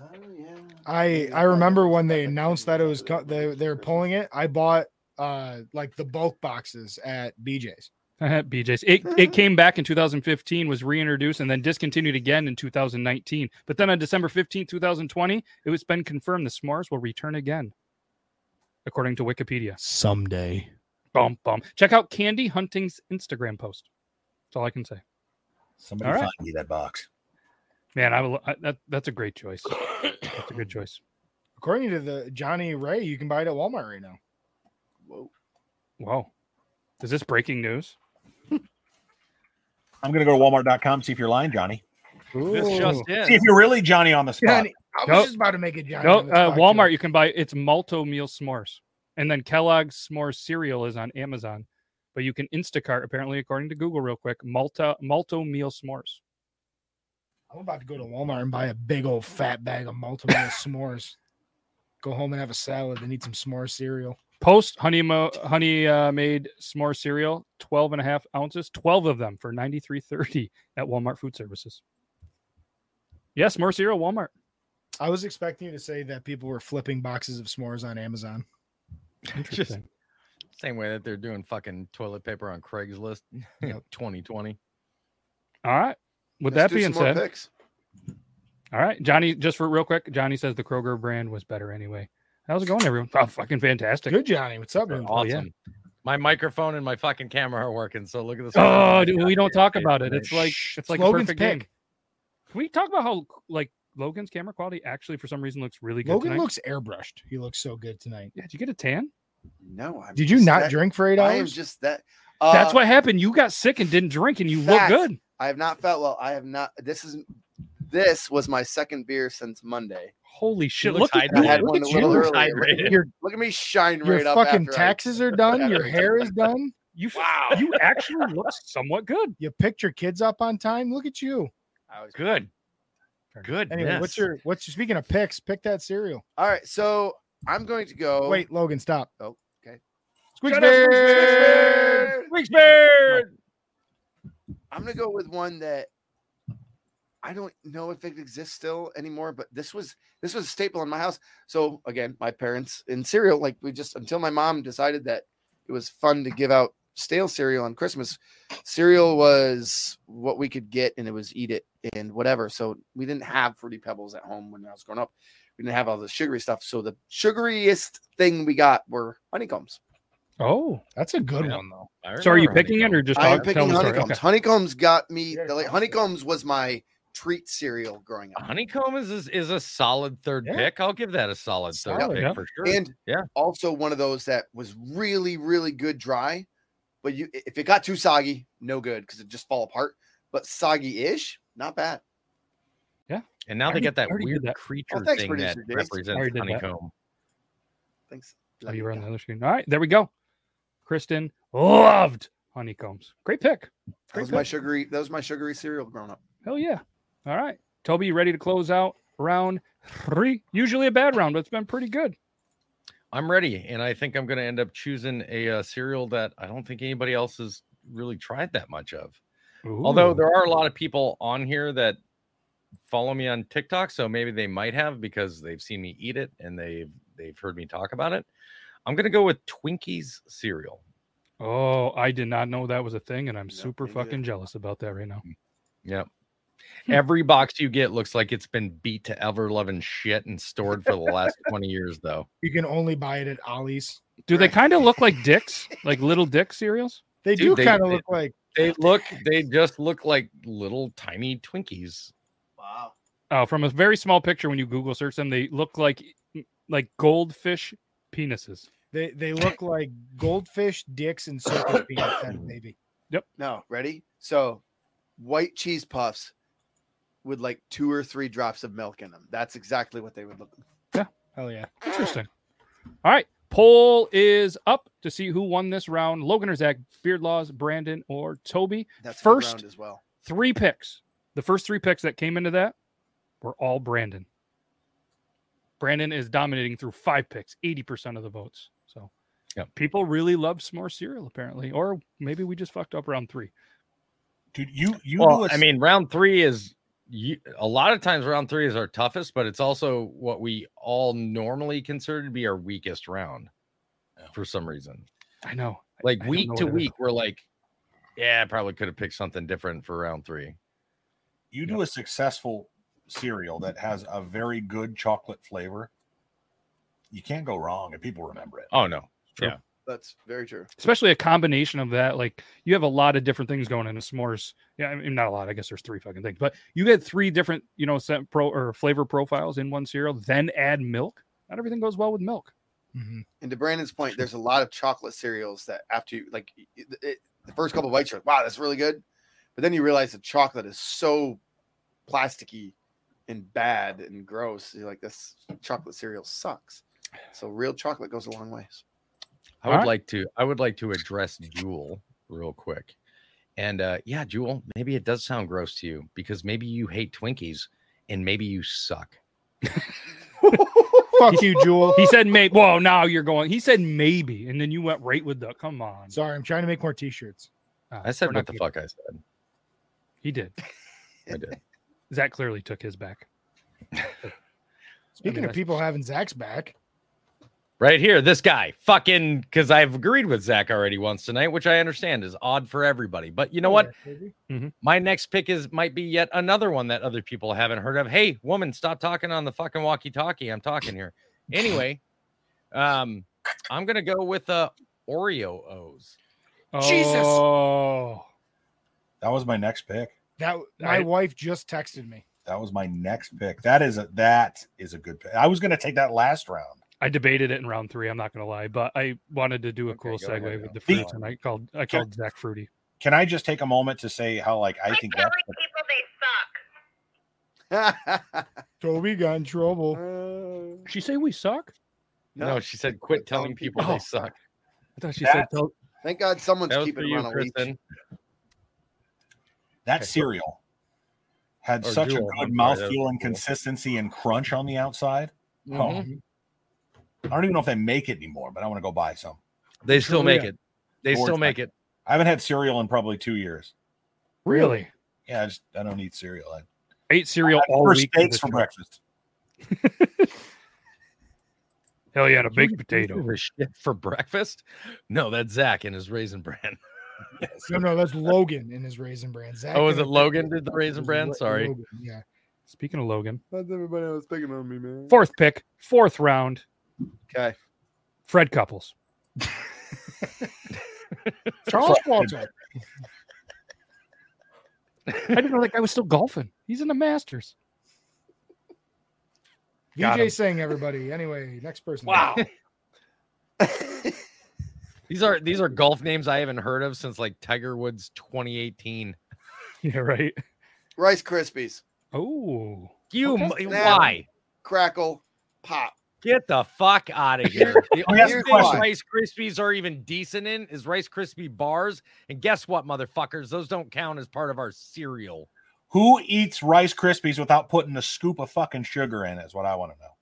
Speaker 6: Oh, yeah.
Speaker 2: I I remember when they announced that it was co- they they're pulling it. I bought uh like the bulk boxes at BJ's.
Speaker 1: BJ's. It it came back in 2015, was reintroduced, and then discontinued again in 2019. But then on December 15, 2020, it was been confirmed the S'mores will return again, according to Wikipedia.
Speaker 2: Someday.
Speaker 1: Bum bum. Check out Candy Hunting's Instagram post. That's all I can say.
Speaker 5: Somebody
Speaker 1: All right.
Speaker 5: find me that box.
Speaker 1: Man, I will. I, that that's a great choice. That's a good choice.
Speaker 2: According to the Johnny Ray, you can buy it at Walmart right now.
Speaker 6: Whoa.
Speaker 1: Wow. Is this breaking news?
Speaker 5: I'm gonna go to Walmart.com see if you're lying, Johnny.
Speaker 4: This just
Speaker 1: *laughs*
Speaker 5: See if
Speaker 4: is.
Speaker 5: you're really Johnny on the spot.
Speaker 2: Johnny, I was
Speaker 1: Nope.
Speaker 2: just about to make it Johnny.
Speaker 1: No,
Speaker 2: on the
Speaker 1: uh,
Speaker 2: spot,
Speaker 1: Walmart.
Speaker 2: too.
Speaker 1: You can buy it's Malto Meal S'mores, and then Kellogg's S'mores cereal is on Amazon. But you can Instacart apparently, according to Google, real quick. Malta Malto Meal S'mores.
Speaker 2: I'm about to go to Walmart and buy a big old fat bag of
Speaker 1: *laughs*
Speaker 2: multiple s'mores. Go home and have a salad and eat some s'more cereal.
Speaker 1: Post honey mo, honey uh, made s'more cereal, 12 and a half ounces, 12 of them for 93.30 at Walmart Food Services. Yes, s'more cereal, Walmart.
Speaker 2: I was expecting you to say that people were flipping boxes of s'mores on Amazon.
Speaker 1: Interesting.
Speaker 4: Same way that they're doing fucking toilet paper on Craigslist. *laughs*
Speaker 2: Yep.
Speaker 4: 2020.
Speaker 1: All right. With
Speaker 6: Let's
Speaker 1: that
Speaker 6: do
Speaker 1: being
Speaker 6: some more
Speaker 1: said,
Speaker 6: picks.
Speaker 1: All right, Johnny. Just for real quick, Johnny says the Kroger brand was better anyway. How's it going, everyone? Oh, fucking fantastic!
Speaker 2: Good Johnny, what's up? man?
Speaker 1: Oh, yeah.
Speaker 4: Awesome. My microphone and my fucking camera are working. So look at this.
Speaker 1: Oh, dude, we don't talk about it. It's
Speaker 4: *laughs*
Speaker 1: like
Speaker 2: Shh,
Speaker 1: it's like a
Speaker 2: Logan's
Speaker 1: perfect
Speaker 2: pick.
Speaker 1: game. Can we talk about how like Logan's camera quality actually for some reason looks really good?
Speaker 2: Logan
Speaker 1: tonight?
Speaker 2: looks airbrushed. He looks so good tonight.
Speaker 1: Yeah, did you get a tan?
Speaker 6: No, I'm
Speaker 2: Did you
Speaker 6: just
Speaker 2: not
Speaker 6: that-
Speaker 2: drink for eight
Speaker 6: I am
Speaker 2: hours?
Speaker 6: just that.
Speaker 1: That's
Speaker 6: uh,
Speaker 1: what happened. You got sick and didn't drink, and you
Speaker 6: fact.
Speaker 1: look good.
Speaker 6: I have not felt well. I have not. This is this was my second beer since Monday.
Speaker 1: Holy shit!
Speaker 4: looks
Speaker 1: Look at
Speaker 6: I
Speaker 1: you.
Speaker 4: hydrated.
Speaker 6: had
Speaker 2: look
Speaker 6: one
Speaker 2: at
Speaker 6: a little
Speaker 2: you.
Speaker 6: earlier.
Speaker 4: Hydrated.
Speaker 2: your
Speaker 6: Look at me shine
Speaker 2: your
Speaker 6: right up.
Speaker 2: fucking
Speaker 6: after I-
Speaker 2: taxes are done.
Speaker 6: *laughs*
Speaker 2: Your hair is done.
Speaker 1: You wow. You actually look somewhat good.
Speaker 2: You picked your kids up on time. Look at you.
Speaker 6: I was-
Speaker 4: Good. Good.
Speaker 2: Anyway, what's your what's your, speaking of picks? Pick that cereal.
Speaker 6: All right, so I'm going to go.
Speaker 2: Wait, Logan, stop.
Speaker 6: Oh, okay.
Speaker 2: Squeaks
Speaker 1: Shut up, Squeaks
Speaker 2: Bear!
Speaker 1: Bird.
Speaker 6: I'm gonna go with one that I don't know if it exists still anymore, but this was this was a staple in my house. So again, my parents in cereal, like we just until my mom decided that it was fun to give out stale cereal on Christmas. Cereal was what we could get, and it was eat it and whatever. So we didn't have fruity pebbles at home when I was growing up. We didn't have all the sugary stuff. So the sugariest thing we got were honeycombs.
Speaker 1: Oh,
Speaker 2: That's a good
Speaker 4: Yeah.
Speaker 2: one though.
Speaker 1: so are you picking it or just
Speaker 6: I'm
Speaker 1: talk,
Speaker 6: picking
Speaker 1: tell
Speaker 6: honeycombs.
Speaker 1: The story?
Speaker 6: Honeycombs got me.
Speaker 2: Yeah,
Speaker 6: the- like,
Speaker 2: honeycombs.
Speaker 6: honeycombs was my treat cereal growing up.
Speaker 4: honeycomb is, is is a solid third
Speaker 2: Yeah.
Speaker 4: pick? I'll give that a solid third
Speaker 1: Solid,
Speaker 4: pick
Speaker 1: yeah.
Speaker 4: for sure.
Speaker 6: and
Speaker 4: Yeah.
Speaker 6: also one of those that was really really good dry but you if it got too soggy no good because it just fall apart but soggy-ish not bad
Speaker 4: and now
Speaker 1: already-
Speaker 4: they get that
Speaker 1: already did
Speaker 4: weird
Speaker 1: that.
Speaker 4: creature
Speaker 6: thanks,
Speaker 4: thing
Speaker 6: producer
Speaker 4: that
Speaker 6: Jason.
Speaker 4: represents
Speaker 1: Already did that.
Speaker 4: honeycomb.
Speaker 6: thanks
Speaker 1: Oh,
Speaker 6: Love
Speaker 1: you
Speaker 6: you,
Speaker 1: were on the
Speaker 6: guys.
Speaker 1: other screen. All right, there we go. Kristen loved honeycombs. Great pick.
Speaker 6: that was my sugary that was my sugary cereal growing up
Speaker 1: Hell yeah. All right. Toby, you ready to close out round three? Usually a bad round, but it's been pretty good.
Speaker 4: I'm ready, and I think I'm going to end up choosing a uh, cereal that I don't think anybody else has really tried that much of. Although there are a lot of people on here that follow me on TikTok, so maybe they might have because they've seen me eat it and they've they've heard me talk about it. I'm gonna go with Twinkies cereal.
Speaker 1: Oh, I did not know that was a thing, and I'm
Speaker 6: No,
Speaker 1: super
Speaker 6: me neither.
Speaker 1: fucking jealous about that right now.
Speaker 4: Yep. Every box you get looks like it's been beat to ever loving shit and stored for the last 20 years, though.
Speaker 2: You can only buy it at Ollie's.
Speaker 1: Do they kind of look like dicks, like little dick cereals?
Speaker 2: They
Speaker 4: Dude,
Speaker 2: do
Speaker 4: they-
Speaker 2: kind of
Speaker 4: they-
Speaker 2: look like
Speaker 4: They look, they just look like little tiny Twinkies.
Speaker 6: wow
Speaker 1: Oh, from a very small picture, when you Google search them, they look like like goldfish penises.
Speaker 2: they they look like goldfish dicks and circus peanuts, maybe.
Speaker 6: no ready so white cheese puffs with like two or three drops of milk in them. That's exactly what they would look.
Speaker 2: Hell yeah.
Speaker 1: Interesting. All right. Poll is up to see who won this round. Logan or Zach, Beardlaws, Brandon, or Toby.
Speaker 6: That's good
Speaker 1: First-
Speaker 6: round as well.
Speaker 1: Three picks. The first three picks that came into that were all Brandon. Brandon is dominating through five picks, 80% of the votes. So
Speaker 4: Yep.
Speaker 1: people really love S'more cereal, apparently. Or maybe we just fucked up round three.
Speaker 5: Dude, you you do
Speaker 4: Well,
Speaker 5: a
Speaker 4: I mean, round three is you, a lot of times round three is our toughest, but it's also what we all normally consider to be our weakest round for some reason.
Speaker 1: I know.
Speaker 4: Like
Speaker 1: I don't
Speaker 4: week
Speaker 1: know
Speaker 4: to
Speaker 1: what it is.
Speaker 4: week, we're like, yeah, I probably could have picked something different for round three.
Speaker 5: you do a successful cereal that has a very good chocolate flavor. You can't go wrong, and people remember it.
Speaker 4: Oh no.
Speaker 6: That's very true.
Speaker 1: especially a combination of that. Like you have a lot of different things going into s'mores. Yeah, I mean not a lot. I guess there's three fucking things, but you get three different, you know, scent pro or flavor profiles in one cereal. Then add milk. Not everything goes well with milk.
Speaker 2: Mhm.
Speaker 6: And to Brandon's point, there's a lot of chocolate cereals that after you like it, it- the first couple bites, you're like, wow, that's really good. But then you realize the chocolate is so plasticky and bad and gross. You're like, this chocolate cereal sucks. So real chocolate goes a long ways. *laughs*
Speaker 4: I
Speaker 1: All
Speaker 4: would
Speaker 1: right.
Speaker 4: like to I would like to address Jewel real quick. And uh yeah, Jewel, maybe it does sound gross to you because maybe you hate Twinkies and maybe you suck.
Speaker 2: Fuck you, Jewel.
Speaker 1: He said maybe. Whoa, now you're going. He said maybe, and then you went right with the. Come on.
Speaker 2: Sorry, I'm trying to make more t-shirts.
Speaker 1: Uh,
Speaker 4: I
Speaker 1: we're
Speaker 4: said
Speaker 1: not
Speaker 4: what the
Speaker 1: keep-
Speaker 4: fuck I said.
Speaker 1: He did.
Speaker 4: *laughs* I did.
Speaker 1: Zach clearly took his back.
Speaker 2: Speaking of
Speaker 1: that's-
Speaker 2: people having Zach's back,
Speaker 4: Right here, this guy, fucking, because I've agreed with Zach already once tonight, which I understand is odd for everybody. But you know what? My next pick is might be yet another one that other people haven't heard of. Hey, woman, stop talking on the fucking walkie-talkie. I'm talking here. Anyway, um, I'm gonna go with uh Oreo O's.
Speaker 1: Jesus. Oh,
Speaker 5: That was my next pick.
Speaker 2: That my
Speaker 1: I-
Speaker 2: wife just texted me.
Speaker 5: That was my next pick. That is a that is a good pick. I was going to take that last round.
Speaker 1: I debated it in round three. I'm not gonna lie, but I wanted to do a
Speaker 4: Okay,
Speaker 1: cool
Speaker 4: go ahead,
Speaker 1: segue
Speaker 4: go.
Speaker 1: with the
Speaker 5: The-
Speaker 1: fruits, and I called. I called Zach fruity.
Speaker 5: Can I just take a moment to say how like I think that's the-
Speaker 7: people they suck.
Speaker 2: Toby got in trouble.
Speaker 6: no,
Speaker 1: She say we suck.
Speaker 4: *laughs* No, she said, quit telling people
Speaker 1: Oh.
Speaker 4: they suck.
Speaker 1: I thought she
Speaker 5: That's-
Speaker 1: said tell-
Speaker 6: thank God someone's
Speaker 4: That was for
Speaker 6: keeping him
Speaker 4: you,
Speaker 6: on a leash.
Speaker 4: Kristen.
Speaker 5: that cereal had
Speaker 4: Or
Speaker 5: such
Speaker 4: Jewel,
Speaker 5: a good
Speaker 4: I'm sorry, that was
Speaker 5: mouthfeel and
Speaker 4: Jewel.
Speaker 5: consistency and crunch on the outside.
Speaker 4: Mm-hmm.
Speaker 5: Oh, I don't even know if they make it anymore, but I want to go buy some.
Speaker 4: They still
Speaker 2: Oreo.
Speaker 4: make it. They
Speaker 5: Of course
Speaker 4: still make
Speaker 5: I-
Speaker 4: it.
Speaker 5: I haven't had cereal in probably two years.
Speaker 1: Really?
Speaker 5: Yeah, I just I don't eat cereal. I
Speaker 1: I ate cereal all
Speaker 5: for
Speaker 1: week. with
Speaker 5: steaks
Speaker 1: this
Speaker 5: for
Speaker 1: truck.
Speaker 5: breakfast.
Speaker 1: Hell yeah, and a baked
Speaker 4: You
Speaker 1: potato.
Speaker 4: give a shit for breakfast. No, that's Zach and his raisin bran.
Speaker 5: Yes.
Speaker 2: *laughs* No, no, that's Logan in his raisin brand. Zach
Speaker 4: Oh, is
Speaker 2: and-
Speaker 4: it Logan did the raisin
Speaker 2: was
Speaker 4: bran?
Speaker 2: Lo-
Speaker 4: Sorry.
Speaker 2: Logan,
Speaker 1: *laughs*
Speaker 2: Yeah.
Speaker 1: Speaking of Logan,
Speaker 6: That's everybody was picking on me, man.
Speaker 1: fourth pick, fourth round,
Speaker 6: Okay.
Speaker 1: Fred Couples.
Speaker 2: Charles Walter.
Speaker 1: I didn't know that guy was still golfing. He's in the Masters. Got him.
Speaker 2: VJ Singh, everybody. Anyway, next person.
Speaker 4: These are these are golf names I haven't heard of since like Tiger Woods 2018.
Speaker 1: Yeah, right.
Speaker 6: Rice Krispies,
Speaker 1: Oh,
Speaker 4: You
Speaker 6: does
Speaker 4: m-
Speaker 6: that-
Speaker 4: why?
Speaker 6: crackle, pop.
Speaker 4: Get the fuck
Speaker 2: *laughs*
Speaker 4: out of here. The only
Speaker 5: Here's
Speaker 4: thing
Speaker 6: the question.
Speaker 4: Rice Krispies are even decent in is Rice Krispie bars. And guess what, motherfuckers? Those don't count as part of our cereal.
Speaker 5: Who eats Rice Krispies without putting a scoop of fucking sugar in? Is what I want to know.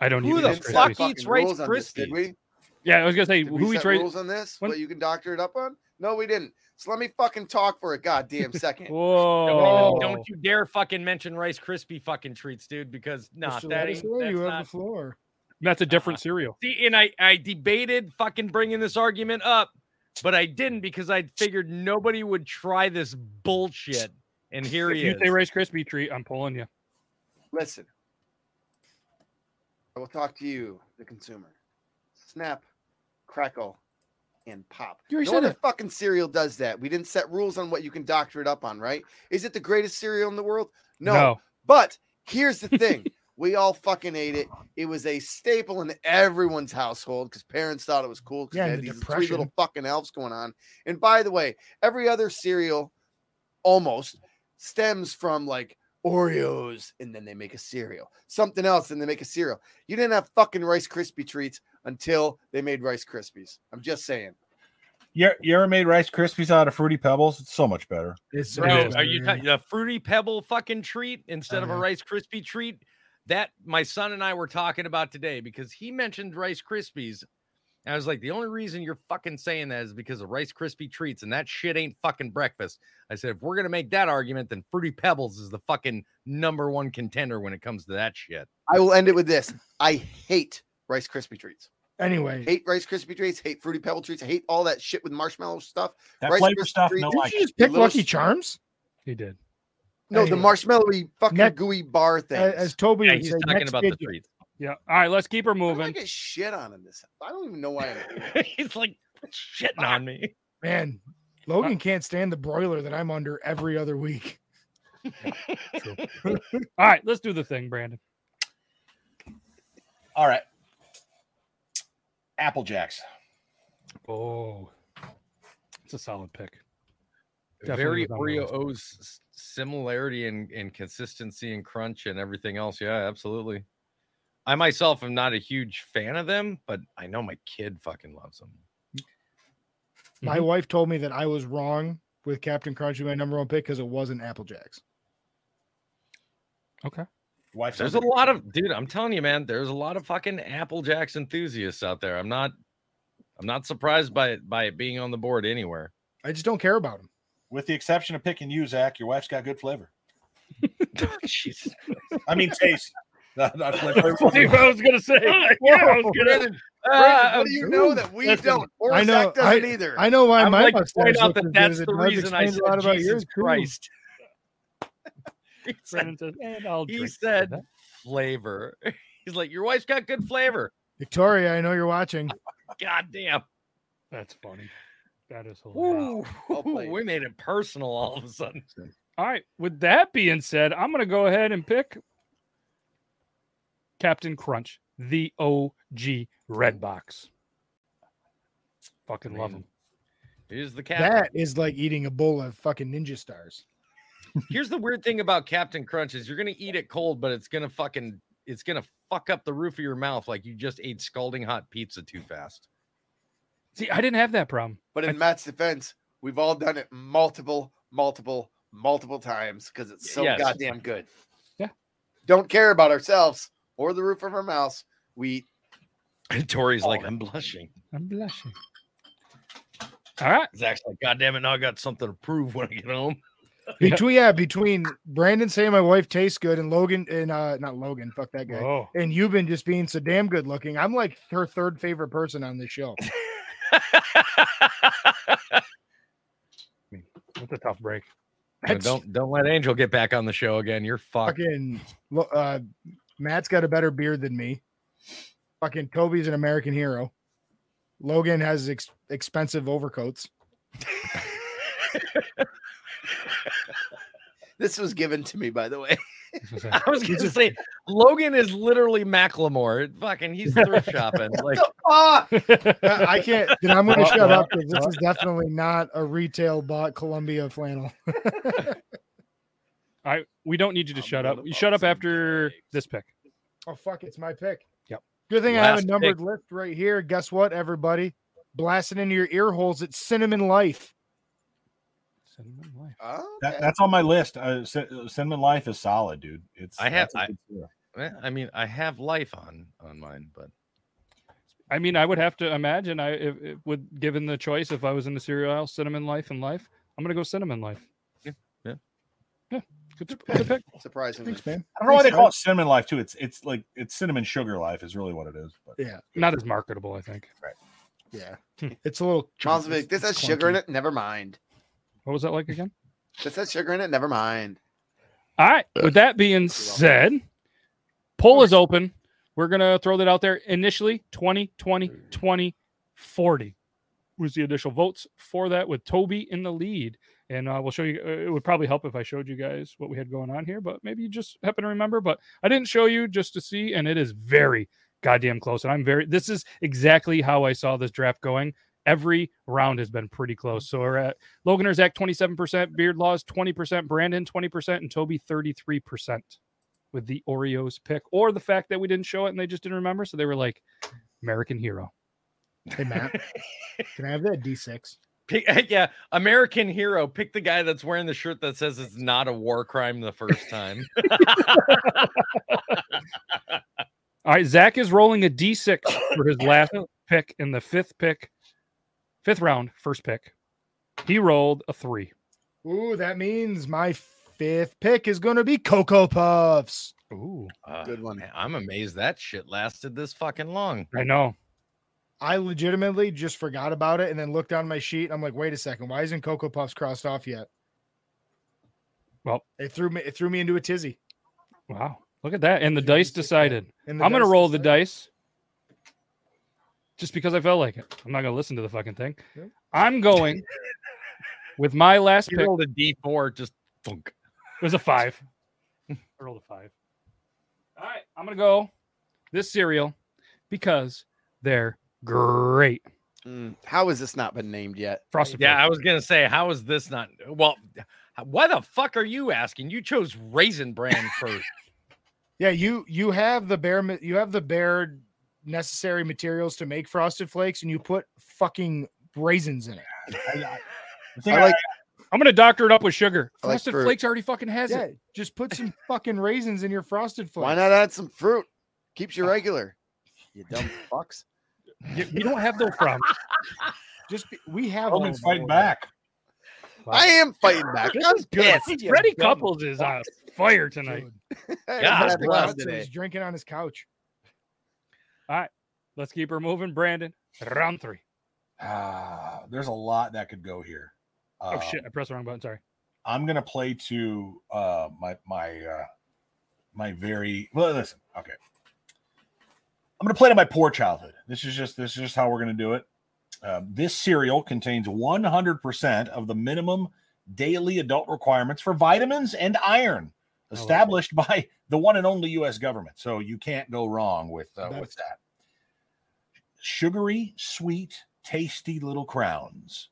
Speaker 1: I don't
Speaker 4: Who
Speaker 1: even
Speaker 4: the
Speaker 1: eat
Speaker 6: Didn't set
Speaker 1: Krispies.
Speaker 4: fuck eats
Speaker 6: fucking
Speaker 4: Rice
Speaker 6: rules on this, Did
Speaker 4: Krispies?
Speaker 6: we?
Speaker 1: Yeah, I was gonna say
Speaker 6: Did we
Speaker 1: who eats
Speaker 6: set
Speaker 1: Rice.
Speaker 6: rules on this?
Speaker 1: when-
Speaker 6: What you can doctor it up on? No, we didn't. So let me fucking talk for a goddamn
Speaker 2: Eh,
Speaker 6: second.
Speaker 4: Don't,
Speaker 1: Whoa!
Speaker 4: even- don't you dare fucking mention Rice Krispie fucking treats, dude, because nah,
Speaker 2: Mr.
Speaker 4: that ain't,
Speaker 2: Ladislow,
Speaker 4: that's
Speaker 2: you have
Speaker 4: not-
Speaker 2: the floor.
Speaker 1: That's a
Speaker 4: *laughs*
Speaker 1: different cereal.
Speaker 4: See, and I, I debated fucking bringing this argument up, but I didn't because I figured nobody would try this bullshit. And here
Speaker 1: If
Speaker 4: he
Speaker 1: you
Speaker 4: is.
Speaker 1: say Rice Krispie treat, I'm pulling you.
Speaker 6: Listen, I will talk to you, the consumer. Snap, crackle, and pop.
Speaker 1: You already
Speaker 6: no
Speaker 1: said
Speaker 6: other
Speaker 1: it.
Speaker 6: fucking cereal does that. We didn't set rules on what you can doctor it up on, right? Is it the greatest cereal in the world? No. But here's the thing. We all fucking ate it. It was a staple in everyone's household because parents thought it was cool because
Speaker 2: Yeah,
Speaker 6: they
Speaker 2: and
Speaker 6: had
Speaker 2: the
Speaker 6: these three
Speaker 2: depression.
Speaker 6: little fucking elves going on. And by the way, every other cereal almost stems from like Oreos, and then they make a cereal. Something else, and they make a cereal. You didn't have fucking Rice Krispie treats until they made Rice Krispies. I'm just saying.
Speaker 5: You, you ever made Rice Krispies out of Fruity Pebbles? It's so much better.
Speaker 2: It's so
Speaker 1: It
Speaker 4: Bro,
Speaker 1: is.
Speaker 4: are you t- the fruity pebble fucking treat instead of a
Speaker 2: Uh-huh.
Speaker 4: Rice Krispie treat? That my son and I were talking about today because he mentioned Rice Krispies. And I was like, the only reason you're fucking saying that is because of Rice Krispie treats, and that shit ain't fucking breakfast. I said, if we're gonna make that argument, then Fruity Pebbles is the fucking number one contender when it comes to that shit.
Speaker 6: I will end it with this. I hate Rice Krispie treats.
Speaker 2: anyway,
Speaker 6: Hate Rice Krispie treats. Hate Fruity Pebble treats. I hate all that shit with marshmallow stuff.
Speaker 3: That
Speaker 6: Rice
Speaker 3: flavor
Speaker 6: Krispie
Speaker 3: stuff,
Speaker 6: treat-
Speaker 3: no
Speaker 2: didn't
Speaker 3: like.
Speaker 2: you just pick
Speaker 6: Little-
Speaker 2: Lucky Charms?
Speaker 1: He did.
Speaker 6: No, the
Speaker 2: Anyway.
Speaker 6: marshmallowy fucking
Speaker 2: Next-
Speaker 6: gooey bar thing.
Speaker 2: A- As Toby
Speaker 4: Yeah,
Speaker 2: would
Speaker 4: he's
Speaker 2: say,
Speaker 4: talking
Speaker 2: next
Speaker 4: about the
Speaker 2: video.
Speaker 4: treats.
Speaker 1: Yeah. All right, let's keep her
Speaker 6: Why do I
Speaker 1: moving.
Speaker 6: get shit on in this. I don't even know why. I'm...
Speaker 4: *laughs* he's like shitting on me.
Speaker 2: Man, Logan can't stand the broiler that I'm under every other week.
Speaker 4: *laughs*
Speaker 1: All right, let's do the thing, Brandon.
Speaker 5: All right. Apple Jacks.
Speaker 1: Oh, it's a solid pick. Definitely
Speaker 4: Very
Speaker 1: was on my
Speaker 4: Oreo
Speaker 1: list.
Speaker 4: O's s- similarity and, and consistency and crunch and everything else. Yeah, absolutely. I myself am not a huge fan of them, but I know my kid fucking loves them.
Speaker 2: My
Speaker 4: Mm-hmm.
Speaker 1: Mhm.
Speaker 2: wife told me that I was wrong with Captain Crunch being my number one pick because it wasn't Apple Jacks.
Speaker 5: Wife
Speaker 4: There's a lot of dude, I'm telling you, man, there's a lot of fucking Apple Jacks enthusiasts out there. I'm not I'm not surprised by it by it being on the board anywhere.
Speaker 2: I just don't care about them.
Speaker 5: with the exception of picking you, Zach, your wife's got good flavor.
Speaker 4: Oh,
Speaker 1: *laughs*
Speaker 4: Jesus.
Speaker 5: I
Speaker 4: *laughs*
Speaker 5: mean, taste. Not, not flavor.
Speaker 1: Dude, I was gonna
Speaker 4: Oh,
Speaker 1: say. Yeah, I was gonna.
Speaker 6: Brandon, Brandon,
Speaker 4: Ah,
Speaker 6: what do you know that we
Speaker 1: listen,
Speaker 6: don't? Or
Speaker 2: I know,
Speaker 6: Zach doesn't either.
Speaker 2: I know why
Speaker 4: I'd
Speaker 2: my
Speaker 4: like to
Speaker 2: mustache
Speaker 4: point out
Speaker 2: looks
Speaker 4: that
Speaker 2: as good as
Speaker 4: that's
Speaker 2: it
Speaker 4: the
Speaker 2: does. It
Speaker 4: reason I
Speaker 2: explains
Speaker 4: said
Speaker 2: a lot about
Speaker 4: Jesus
Speaker 2: yours, too.
Speaker 4: Christ. *laughs* He said
Speaker 1: Brandon says, and I'll
Speaker 4: he
Speaker 1: drink to
Speaker 4: said
Speaker 1: that."
Speaker 4: flavor. *laughs* He's like, your wife's got good flavor.
Speaker 2: Victoria, I know you're
Speaker 4: *laughs*
Speaker 2: watching.
Speaker 4: God damn.
Speaker 1: "That's funny." That is hilarious.
Speaker 4: Ooh,
Speaker 6: Well played.
Speaker 4: we made it personal all of a sudden.
Speaker 1: All right. With that being said, I'm going to go ahead and pick Captain Crunch, the OG Red Box. Fucking love him.
Speaker 4: Man. Here's the captain.
Speaker 2: That is like eating a bowl of fucking ninja stars.
Speaker 4: *laughs* Here's the weird thing about Captain Crunch is you're gonna eat it cold, but it's gonna fucking it's gonna fuck up the roof of your mouth like you just ate scalding hot pizza too fast.
Speaker 1: See, I didn't have that problem.
Speaker 6: But in Matt's defense, we've all done it multiple, multiple, multiple times because it's so
Speaker 4: Yes.
Speaker 6: goddamn good.
Speaker 1: Yeah.
Speaker 6: Don't care about ourselves or the roof of our mouths. We eat
Speaker 4: And Tori's
Speaker 6: Oh
Speaker 4: like, I'm blushing.
Speaker 1: I'm blushing. All right.
Speaker 4: Zach's like, God damn it, now I got something to prove when I get *laughs* home.
Speaker 1: Yeah.
Speaker 2: Between yeah, between Brandon saying my wife tastes good and Logan and uh not Logan, fuck that guy.
Speaker 1: Whoa.
Speaker 2: And you've been just being so damn good looking. I'm like her third favorite person on this show.
Speaker 1: That's a tough *laughs* break.
Speaker 4: Now don't don't let Angel get back on the show again. You're fucked.
Speaker 2: fucking lo- uh, Matt's got a better beard than me. Fucking Toby's an American hero. Logan has ex- expensive overcoats.
Speaker 6: this was given to me, by the way.
Speaker 4: *laughs* I was gonna say Logan is literally Macklemore. Fucking *laughs* he's thrift shopping. Like
Speaker 6: *laughs* Ah,
Speaker 2: Uh, I can't. Then I'm going to
Speaker 1: Well,
Speaker 2: shut
Speaker 1: well,
Speaker 2: up because this is definitely not a retail bought Columbia flannel.
Speaker 1: All right. We don't need you to
Speaker 6: I'm
Speaker 1: shut
Speaker 6: gonna
Speaker 1: up. You shut up
Speaker 6: box him
Speaker 1: after
Speaker 6: eggs.
Speaker 1: this pick.
Speaker 2: Oh fuck! It's my pick.
Speaker 1: Yep.
Speaker 2: Good thing I have a
Speaker 4: Last
Speaker 2: numbered list right here. Guess what, everybody? Blasting into your ear holes. It's cinnamon life.
Speaker 1: Cinnamon life.
Speaker 6: Oh,
Speaker 5: That,
Speaker 6: okay.
Speaker 5: that's on my list. Uh, Cin- Cinnamon Life is solid, dude. It's
Speaker 4: I have-
Speaker 5: that's a
Speaker 4: I-
Speaker 5: good cereal.
Speaker 4: Eh, I mean, I have life on on mine, but *laughs*
Speaker 1: I mean, I would have to imagine I if, if, would given the choice if I was in the cereal aisle, cinnamon life and life. I'm gonna go cinnamon life.
Speaker 4: Yeah, yeah.
Speaker 1: yeah. Good, t- good pick.
Speaker 6: surprisingly.
Speaker 2: Thanks, man.
Speaker 5: I don't know why they
Speaker 2: Thanks,
Speaker 5: call it cinnamon life too. It's it's like it's cinnamon sugar life is really what it is.
Speaker 6: *laughs*
Speaker 5: But
Speaker 2: Yeah,
Speaker 1: Not as marketable, I think.
Speaker 2: yeah.
Speaker 1: Hmm.
Speaker 2: It's a
Speaker 6: *laughs*
Speaker 2: little.
Speaker 6: Mom's
Speaker 2: chunky.
Speaker 6: like, this has
Speaker 2: It's
Speaker 6: sugar in
Speaker 2: clunky.
Speaker 6: it. Never mind.
Speaker 1: What was that like again?
Speaker 6: This has sugar in it. Never mind.
Speaker 1: All right. With that being said, poll is open. We're gonna throw that out there. Initially, 20, 20, 20, 40 was the initial votes for that, with Toby in the lead. And uh, we'll show you. Uh, it would probably help if I showed you guys what we had going on here, but maybe you just happen to remember. But I didn't show you just to see, and it is very goddamn close. And I'm very. This is exactly how I saw this draft going every round has been pretty close. So we're at Logan Erzak 27%, Beard Laws 20%, Brandon 20%, and Toby 33% with the Oreos pick or the fact that we didn't show it and they just didn't remember. So they were like, American hero.
Speaker 2: Hey Matt, can I have that D6?
Speaker 4: Pick, yeah, American hero. Pick the guy that's wearing the shirt that says it's not a war crime the first *laughs* time.
Speaker 1: All right. Zach is rolling a D6 for his last pick in the fifth pick, fifth round, first pick. He rolled a three.
Speaker 2: Ooh, that means my fifth pick is gonna be Cocoa Puffs.
Speaker 1: Ooh.
Speaker 4: Uh,
Speaker 6: Good one.
Speaker 4: man, I'm amazed that shit lasted this fucking long.
Speaker 1: I know.
Speaker 2: I legitimately just forgot about it and then looked on my sheet. And I'm like, wait a second, why isn't Cocoa Puffs crossed off yet?
Speaker 1: Well-
Speaker 2: it threw me it threw me into a tizzy.
Speaker 1: Wow. Look at that. And the dice decided.
Speaker 2: And the
Speaker 1: I'm going to
Speaker 2: dice
Speaker 1: roll the
Speaker 2: decided-
Speaker 1: dice just because I felt like it. I'm not going to listen to the fucking thing.
Speaker 2: Yep.
Speaker 1: I'm going with my last
Speaker 4: You
Speaker 1: pick.
Speaker 4: rolled a D4, just thunk.
Speaker 1: It was a five. I rolled a five. All right, I'm gonna go this cereal because they're great.
Speaker 6: Mm, how has this not been named yet?
Speaker 1: Frosted
Speaker 4: Yeah, I was gonna say, how is this not? Well, why the fuck are you asking? You chose Raisin *laughs* Bran first.
Speaker 2: Yeah, you you have the bare ma- you have the bare necessary materials to make frosted flakes, and you put fucking raisins in it.
Speaker 5: I, I- the thing
Speaker 6: I like
Speaker 1: Fruit. I'm gonna doctor it up with sugar.
Speaker 6: I like
Speaker 1: Frosted
Speaker 6: fruit.
Speaker 1: Flakes already fucking has
Speaker 2: Yeah,
Speaker 1: it.
Speaker 2: just put
Speaker 6: *laughs*
Speaker 2: some fucking raisins in your frosted flakes.
Speaker 6: why not add some fruit? Keeps you regular. You *laughs* dumb fucks.
Speaker 1: You, you don't have those problems.
Speaker 2: Just be, we have
Speaker 5: Roman's
Speaker 2: those.
Speaker 5: fighting back.
Speaker 6: I am fighting back.
Speaker 1: This
Speaker 6: I'm
Speaker 1: is good.
Speaker 6: pissed. you
Speaker 1: Freddie
Speaker 6: dumb
Speaker 1: Couples is on fire tonight.
Speaker 2: Dude,
Speaker 6: I haven't
Speaker 4: Yeah, that's
Speaker 6: had a
Speaker 2: Scott
Speaker 6: glass
Speaker 2: said
Speaker 6: today.
Speaker 2: he's drinking on his couch.
Speaker 1: Let's keep her moving, Brandon. Round three.
Speaker 5: Ah, there's a lot that could go here.
Speaker 1: Oh
Speaker 5: Um,
Speaker 1: shit! I pressed the wrong button. Sorry.
Speaker 5: I'm gonna play to uh my my uh my very well listen, okay. I'm gonna play to my poor childhood. This is just this is just how we're gonna do it. Um, this cereal contains 100% of the minimum daily adult requirements for vitamins and iron,
Speaker 1: like it.
Speaker 5: established by the one and only U.S. government. So you can't go wrong with uh, with
Speaker 2: That's-
Speaker 5: that. Sugary, sweet, tasty little crowns,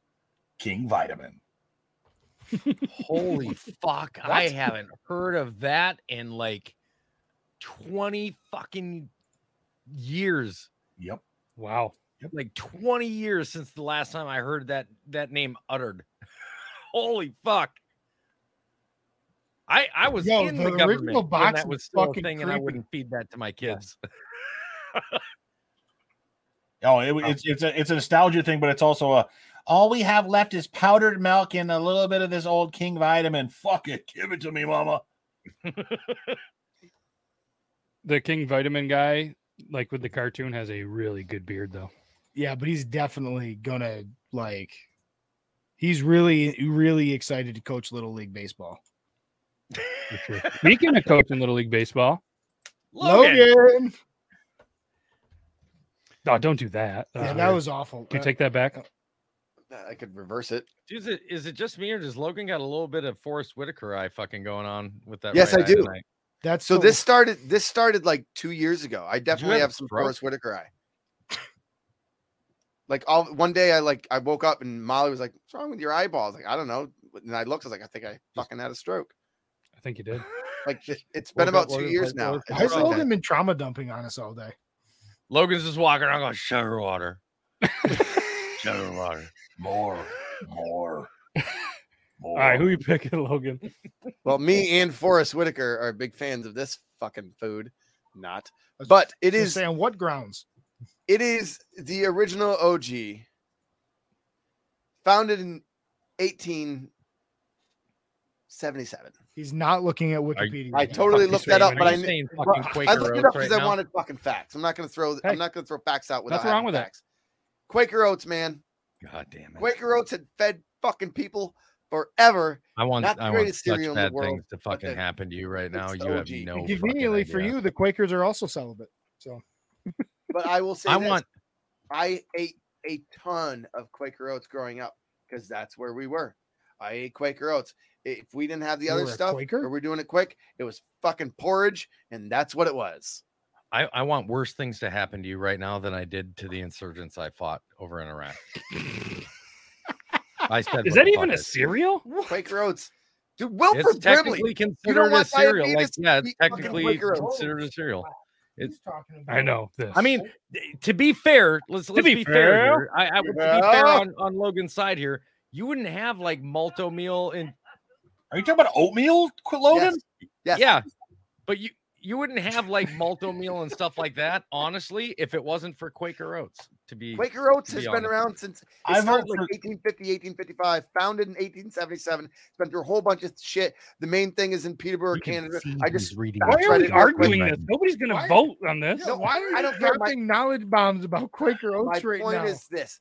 Speaker 5: King Vitamin.
Speaker 2: *laughs*
Speaker 4: Holy fuck! I haven't heard of that in like twenty fucking years.
Speaker 5: Yep.
Speaker 1: Wow.
Speaker 4: Like twenty years since the last time I heard that that name uttered. *laughs* Holy fuck! I I was
Speaker 2: Yo,
Speaker 4: in
Speaker 2: the
Speaker 4: the,
Speaker 2: original
Speaker 4: government when
Speaker 2: box
Speaker 4: that
Speaker 2: was
Speaker 4: was still a
Speaker 2: fucking
Speaker 4: thing, and I
Speaker 2: creepy.
Speaker 4: wouldn't feed that to my kids. *laughs*
Speaker 5: Oh, it, it's it's a it's a nostalgia thing, but it's also a all we have left is powdered milk and a little bit of this old King vitamin. Fuck it, give it to me, mama.
Speaker 1: The King Vitamin guy, like with the cartoon, has a really good beard though.
Speaker 2: Yeah, but he's definitely gonna like. He's really, really excited to coach little league baseball.
Speaker 1: for sure. *laughs* Speaking of coaching Little League Baseball,
Speaker 4: Logan.
Speaker 2: Logan!
Speaker 1: oh, don't do that. Oh.
Speaker 2: Yeah,
Speaker 1: Uh,
Speaker 2: that was awful.
Speaker 1: Can you
Speaker 2: Uh,
Speaker 1: take that back?
Speaker 6: I could reverse it.
Speaker 4: Is it is it just me or does Logan got a little bit of Forrest Whitaker eye fucking going on with that?
Speaker 6: Yes,
Speaker 4: right
Speaker 6: I
Speaker 4: eye
Speaker 6: do.
Speaker 4: tonight?
Speaker 2: That's
Speaker 6: So
Speaker 2: the-
Speaker 6: this started this started like two years ago. I definitely
Speaker 4: have
Speaker 6: have some
Speaker 4: stroke?
Speaker 6: Forrest Whitaker eye. Like all one day I like I woke up and Molly was like, What's wrong with your eyeballs? Like, I don't know. And I looked, I was like, I think I fucking had a stroke.
Speaker 1: I think you *laughs* did.
Speaker 6: Like it- it's been
Speaker 4: Woke up,
Speaker 6: about two
Speaker 4: Logan,
Speaker 6: years
Speaker 4: like,
Speaker 6: now.
Speaker 4: woke
Speaker 6: It's
Speaker 2: Why has
Speaker 6: like
Speaker 2: Logan
Speaker 6: that.
Speaker 2: been trauma dumping on us all day?
Speaker 4: Logan's just walking around going sugar water, *laughs* sugar water.
Speaker 5: More, *laughs* more,
Speaker 1: All
Speaker 5: more.
Speaker 1: right, who you picking, Logan?
Speaker 6: Well, me and Forrest Whitaker are big fans of this fucking food. Not, but it
Speaker 2: It is
Speaker 6: is
Speaker 2: say on what grounds?
Speaker 6: it is the original OG, founded in 1877.
Speaker 2: He's not looking at Wikipedia.
Speaker 6: I
Speaker 2: right now.
Speaker 6: totally
Speaker 4: Fuck
Speaker 6: looked
Speaker 4: you saying-
Speaker 6: that up,
Speaker 4: are
Speaker 6: but
Speaker 4: you
Speaker 6: I kn-
Speaker 4: saying
Speaker 1: Well,
Speaker 4: fucking
Speaker 1: I
Speaker 4: Quaker
Speaker 6: I looked it
Speaker 4: Oats
Speaker 6: up
Speaker 4: right
Speaker 6: because I
Speaker 4: now?
Speaker 6: wanted fucking facts. I'm not gonna throw.
Speaker 1: Hey,
Speaker 6: I'm not gonna throw facts out without
Speaker 1: nothing wrong
Speaker 6: having
Speaker 1: with that.
Speaker 6: facts. Quaker Oats, man.
Speaker 4: God damn it!
Speaker 6: Quaker Oats had fed fucking people forever.
Speaker 4: I want
Speaker 6: not the
Speaker 4: I want
Speaker 6: greatest
Speaker 4: such
Speaker 6: cereal in the
Speaker 4: bad
Speaker 6: world,
Speaker 4: things to fucking
Speaker 6: the-
Speaker 4: happen to you right now.
Speaker 6: it's
Speaker 4: You
Speaker 6: the
Speaker 4: have
Speaker 6: OG.
Speaker 4: no
Speaker 2: And
Speaker 4: fucking
Speaker 2: Conveniently for
Speaker 4: idea.
Speaker 2: you, the Quakers are also celibate. So
Speaker 6: But I will say,
Speaker 4: I
Speaker 6: this,
Speaker 4: want
Speaker 6: I ate a ton of Quaker Oats growing up because that's where we were. I ate Quaker Oats. If we didn't have the
Speaker 2: You
Speaker 6: other
Speaker 2: were a
Speaker 6: stuff,
Speaker 2: Quaker?
Speaker 6: or we're doing it quick, it was fucking porridge, and that's what it was.
Speaker 4: I, I want worse things to happen to you right now than I did to the insurgents I fought over in Iraq. I said,
Speaker 1: Is that
Speaker 4: what the
Speaker 1: even
Speaker 4: fuck
Speaker 1: a
Speaker 4: I said.
Speaker 1: cereal?
Speaker 6: Quake Roads. Dude,
Speaker 4: It's
Speaker 6: Wilford Brimley.
Speaker 4: technically
Speaker 6: don't
Speaker 4: considered a
Speaker 6: want
Speaker 4: cereal. Like,
Speaker 6: diabetes
Speaker 4: yeah,
Speaker 6: to
Speaker 4: it's
Speaker 6: eat fucking
Speaker 4: technically
Speaker 6: Quaker Oats.
Speaker 4: considered a cereal. It's-
Speaker 2: He's talking about
Speaker 1: I know this.
Speaker 4: I mean, th- to be fair, let's let's
Speaker 1: be
Speaker 4: be, fair.
Speaker 1: fair.
Speaker 4: here. I, I, to be fair
Speaker 6: Yeah.
Speaker 4: on, on Logan's side here, you wouldn't have like malto meal and
Speaker 5: Are you talking about oatmeal, Qu- Logan?
Speaker 6: Yes. Yes.
Speaker 4: yeah, but you you wouldn't have like malto meal and stuff like that. Honestly, if it wasn't for Quaker Oats, to be
Speaker 6: Quaker Oats
Speaker 4: To
Speaker 6: has
Speaker 4: be
Speaker 6: been
Speaker 4: honest.
Speaker 6: around since it
Speaker 5: I vote
Speaker 6: started like
Speaker 5: for-
Speaker 6: 1850, 1855, founded in 1877, spent through a whole bunch of shit. The main thing is in Peterborough,
Speaker 7: You can
Speaker 6: Canada.
Speaker 7: see
Speaker 6: I
Speaker 7: he's
Speaker 6: just
Speaker 7: reading
Speaker 1: why
Speaker 7: the
Speaker 1: are we
Speaker 6: Right.
Speaker 1: arguing
Speaker 7: Right.
Speaker 1: this? Nobody's going to
Speaker 2: Why-
Speaker 1: vote on this.
Speaker 2: Yeah, why are
Speaker 6: I
Speaker 2: you
Speaker 6: don't care, Mike.
Speaker 2: dropping knowledge bombs about Quaker
Speaker 6: my
Speaker 2: Oats right
Speaker 6: point
Speaker 2: now?
Speaker 6: is this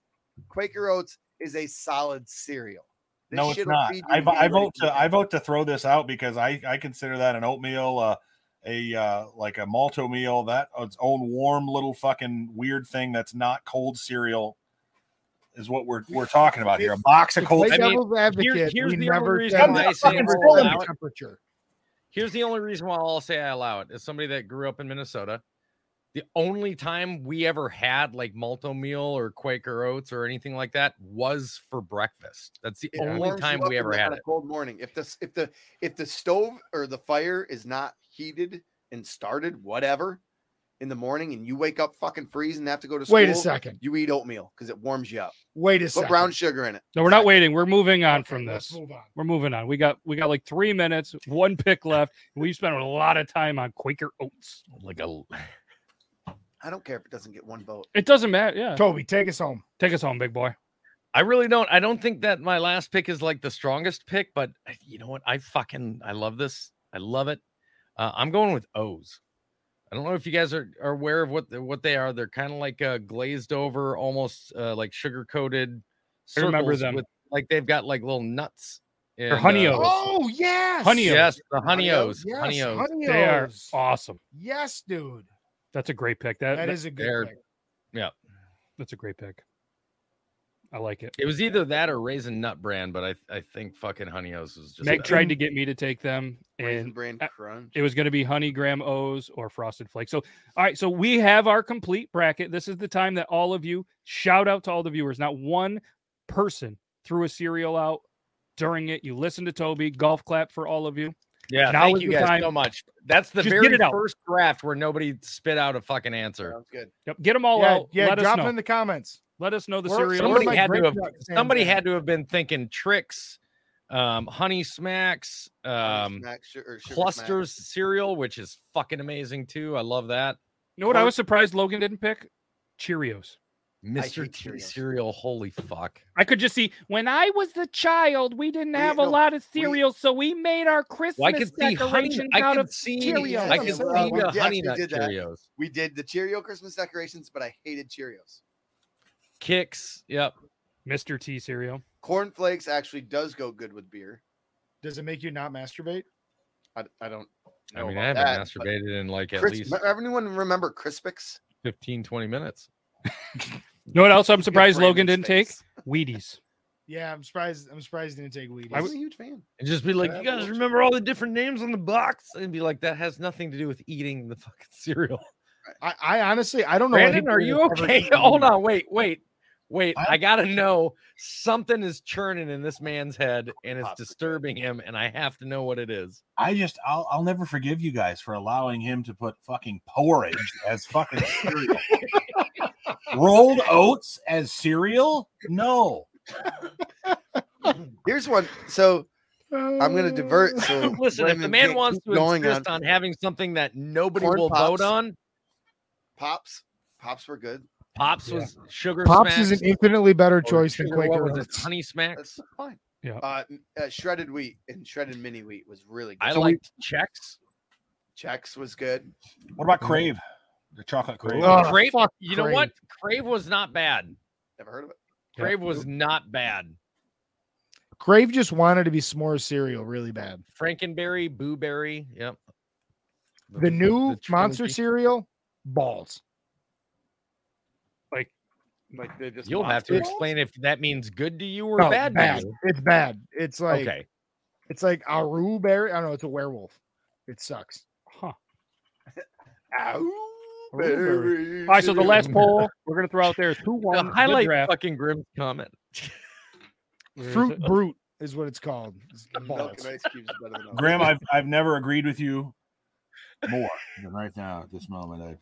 Speaker 6: Quaker Oats is a solid cereal. This
Speaker 5: No, it's
Speaker 6: shit'll
Speaker 5: not.
Speaker 6: feed you
Speaker 5: I, vo- I
Speaker 6: anywhere
Speaker 5: vote
Speaker 6: you
Speaker 5: to I vote to throw this out because I I consider that an oatmeal, uh, a uh, like a malto meal, that its own warm little fucking weird thing that's not cold cereal, is what we're we're talking about here. A box of
Speaker 2: To
Speaker 5: cold.
Speaker 2: play
Speaker 4: I mean,
Speaker 2: devil's advocate,
Speaker 4: here's
Speaker 2: we
Speaker 4: the only
Speaker 2: never
Speaker 4: reason
Speaker 2: tell
Speaker 5: why I
Speaker 2: the
Speaker 5: say
Speaker 2: fucking
Speaker 5: it's
Speaker 2: room
Speaker 4: allowed.
Speaker 2: temperature.
Speaker 4: Here's the only reason why I'll say I allow it. As somebody that grew up in Minnesota, the only time we ever had like malto meal or Quaker oats or anything like that was for breakfast. That's the
Speaker 6: It
Speaker 4: only
Speaker 6: warms you
Speaker 4: time
Speaker 6: up
Speaker 4: we
Speaker 6: in
Speaker 4: ever
Speaker 6: the-
Speaker 4: had
Speaker 6: on
Speaker 4: it.
Speaker 6: a cold morning. If the if the if the stove or the fire is not heated and started, whatever, in the morning, and you wake up fucking freezing and have to go to school.
Speaker 2: Wait a second.
Speaker 6: You eat oatmeal because it warms you up.
Speaker 2: Wait a
Speaker 6: Put
Speaker 2: second.
Speaker 6: brown sugar in it.
Speaker 1: No, we're not waiting. We're moving on
Speaker 2: Okay,
Speaker 1: from
Speaker 2: let's
Speaker 1: this.
Speaker 2: move on.
Speaker 1: We're moving on. We got we got like three minutes, one pick left. We've spent a lot of time on Quaker Oats.
Speaker 4: Like a
Speaker 6: I don't care if it doesn't get one vote.
Speaker 1: It doesn't matter. Yeah,
Speaker 2: Toby, take us home.
Speaker 1: take us home, big boy.
Speaker 4: I really don't I don't think that my last pick is like the strongest pick, but I- you know what? I fucking I love this. I love it. Uh, I'm going with O's. I don't know if you guys are, are aware of what the, what they are. They're kind of like uh, glazed over, almost uh, like sugar coated.
Speaker 1: I remember them.
Speaker 4: like they've got like little nuts. They're
Speaker 1: honey O's.
Speaker 2: Oh yes,
Speaker 1: Honey O's.
Speaker 4: Yes, the honey
Speaker 6: Honey
Speaker 4: O's.
Speaker 6: O's,
Speaker 2: yes,
Speaker 4: Honey O's.
Speaker 2: Honey
Speaker 1: They are
Speaker 2: O's.
Speaker 1: awesome.
Speaker 2: Yes, dude.
Speaker 1: That's a great pick. That,
Speaker 2: that is a
Speaker 4: they're-
Speaker 2: good. Pick.
Speaker 1: that's a great pick. I like it.
Speaker 4: It was either that or Raisin Nut Brand, but I I think fucking honey O's was just.
Speaker 1: Meg
Speaker 4: better.
Speaker 1: tried to get me to take them,
Speaker 6: Raisin
Speaker 1: and
Speaker 6: bran
Speaker 1: uh,
Speaker 6: crunch.
Speaker 1: It was going to be Honey Graham O's or Frosted Flakes. So, all right. So we have our complete bracket. This is the time that all of you shout out to all the viewers. Not one person threw a cereal out during it. You listen to Toby. Golf clap for all of you.
Speaker 4: Yeah,
Speaker 1: Now
Speaker 4: thank
Speaker 1: is
Speaker 4: you
Speaker 1: the
Speaker 4: guys
Speaker 1: time.
Speaker 4: so much. That's the
Speaker 1: Just get
Speaker 4: very
Speaker 1: it out.
Speaker 4: first draft where nobody spit out a fucking answer.
Speaker 6: Sounds good.
Speaker 1: Yep, Get them all
Speaker 2: yeah,
Speaker 1: out.
Speaker 2: yeah.
Speaker 1: Let us
Speaker 2: Drop
Speaker 1: know.
Speaker 2: it in the comments.
Speaker 1: Let us know the
Speaker 2: Or
Speaker 1: cereal.
Speaker 2: Where are
Speaker 4: Somebody
Speaker 2: my
Speaker 4: had to
Speaker 2: grape
Speaker 4: have.
Speaker 2: nuts, Sam
Speaker 4: Somebody
Speaker 2: Brown?
Speaker 4: had to have been thinking tricks, um, honey smacks, um,
Speaker 6: Snack su- or sugar snack.
Speaker 4: clusters cereal, which is fucking amazing too. I love that.
Speaker 1: You know what? I was surprised Logan didn't pick Cheerios.
Speaker 4: Mr.
Speaker 6: hate
Speaker 4: T
Speaker 6: Cheerios.
Speaker 4: cereal, holy fuck!
Speaker 1: I could just see when I was the child, we didn't
Speaker 6: We-
Speaker 1: have a
Speaker 6: no,
Speaker 1: lot of
Speaker 6: we-
Speaker 1: cereal, so we made our Christmas
Speaker 4: Well, I can see honey.
Speaker 1: decorations
Speaker 4: I
Speaker 1: out
Speaker 4: can
Speaker 1: of
Speaker 4: see.
Speaker 1: Cheerios.
Speaker 4: I can
Speaker 6: Yeah,
Speaker 4: see
Speaker 6: well, we
Speaker 4: the
Speaker 6: actually
Speaker 4: honey nut
Speaker 6: did that.
Speaker 4: Cheerios,
Speaker 6: We did the Cheerio Christmas decorations, but I hated Cheerios.
Speaker 4: kicks. Yep.
Speaker 1: Mr. T cereal.
Speaker 6: Corn Flakes actually does go good with beer.
Speaker 2: Does it make you not masturbate?
Speaker 6: I, I don't.
Speaker 4: I
Speaker 6: know
Speaker 4: mean, I
Speaker 6: about
Speaker 4: haven't
Speaker 6: that, but
Speaker 4: masturbated in like at
Speaker 6: Crisp-
Speaker 4: least
Speaker 6: everyone remember Crispix?
Speaker 4: 15, 20 minutes.
Speaker 1: You know what else I'm surprised
Speaker 6: Brandon's
Speaker 1: Logan didn't
Speaker 6: face.
Speaker 1: take? Wheaties.
Speaker 2: Yeah, I'm surprised. I'm surprised he didn't take weed.
Speaker 1: I
Speaker 6: I
Speaker 1: was-
Speaker 6: was a huge fan.
Speaker 4: And just be like,
Speaker 6: Yeah,
Speaker 4: you
Speaker 6: we'll
Speaker 4: guys
Speaker 6: check
Speaker 4: remember all the different names on the box? And be like, that has nothing to do with eating the fucking *laughs* cereal.
Speaker 2: I, I honestly, I don't know.
Speaker 4: Brandon,
Speaker 2: anybody
Speaker 4: are
Speaker 2: that
Speaker 4: you
Speaker 2: ever
Speaker 4: okay? *laughs*
Speaker 2: did weed.
Speaker 4: Hold on, wait, wait, wait.
Speaker 5: Huh?
Speaker 4: I gotta know something is churning in this man's head and it's
Speaker 6: Pop.
Speaker 4: disturbing him, and I have to know what it is.
Speaker 5: I just I'll I'll never forgive you guys for allowing him to put fucking porridge as fucking cereal. Rolled oats as cereal? No.
Speaker 6: Here's one. So I'm going to
Speaker 2: *laughs*
Speaker 6: divert.
Speaker 1: *laughs*
Speaker 6: So
Speaker 4: Listen, if the
Speaker 6: Raymond
Speaker 4: man
Speaker 6: can't
Speaker 4: wants
Speaker 6: keep
Speaker 4: to insist on. having something that nobody
Speaker 6: Corn
Speaker 4: will vote
Speaker 6: Pops.
Speaker 4: on,
Speaker 6: pops, pops were good.
Speaker 4: Pops
Speaker 2: Yeah.
Speaker 4: was sugar.
Speaker 2: Pops
Speaker 4: smacks
Speaker 2: is an infinitely better
Speaker 4: or
Speaker 2: choice than
Speaker 4: sugar- what
Speaker 2: Quaker
Speaker 4: was it,
Speaker 2: Oats.
Speaker 4: Honey smacks.
Speaker 6: That's fine.
Speaker 1: Yeah.
Speaker 6: Uh, m- uh, shredded wheat and shredded mini wheat was really good.
Speaker 4: I
Speaker 6: So we-
Speaker 4: liked checks.
Speaker 6: Chex was good.
Speaker 5: What about Crave? The chocolate Crave.
Speaker 2: Ugh,
Speaker 4: Crave-
Speaker 2: fuck
Speaker 4: You know
Speaker 2: Crave.
Speaker 4: what? Ah, Crave was not bad.
Speaker 6: Never heard of it.
Speaker 1: Yeah.
Speaker 4: Crave was not bad.
Speaker 2: Crave just wanted to be s'more cereal really bad.
Speaker 4: Frankenberry, Booberry. Yep.
Speaker 2: The new monster
Speaker 4: trilogy.
Speaker 2: cereal, balls.
Speaker 6: Like they just
Speaker 4: You'll have to
Speaker 2: Monster.
Speaker 4: explain if that means good to you or
Speaker 2: No,
Speaker 4: bad,
Speaker 2: bad.
Speaker 4: to you.
Speaker 2: It's bad. It's like
Speaker 4: okay.
Speaker 2: it's like Aru Berry. I don't know. It's a werewolf. It sucks.
Speaker 1: Huh.
Speaker 6: Ow.
Speaker 1: All right, so the last
Speaker 4: *laughs*
Speaker 1: poll we're gonna throw out there is who
Speaker 4: The
Speaker 1: won the
Speaker 4: highlight
Speaker 1: draft?
Speaker 4: fucking Grim's *laughs* comment.
Speaker 1: Where is
Speaker 2: Fruit
Speaker 1: it?
Speaker 2: brute is what it's called. It's
Speaker 6: Milk
Speaker 2: balls.
Speaker 6: and ice cubes is better than ice.
Speaker 8: Graham, I've I've never agreed with you more than right now at this moment. I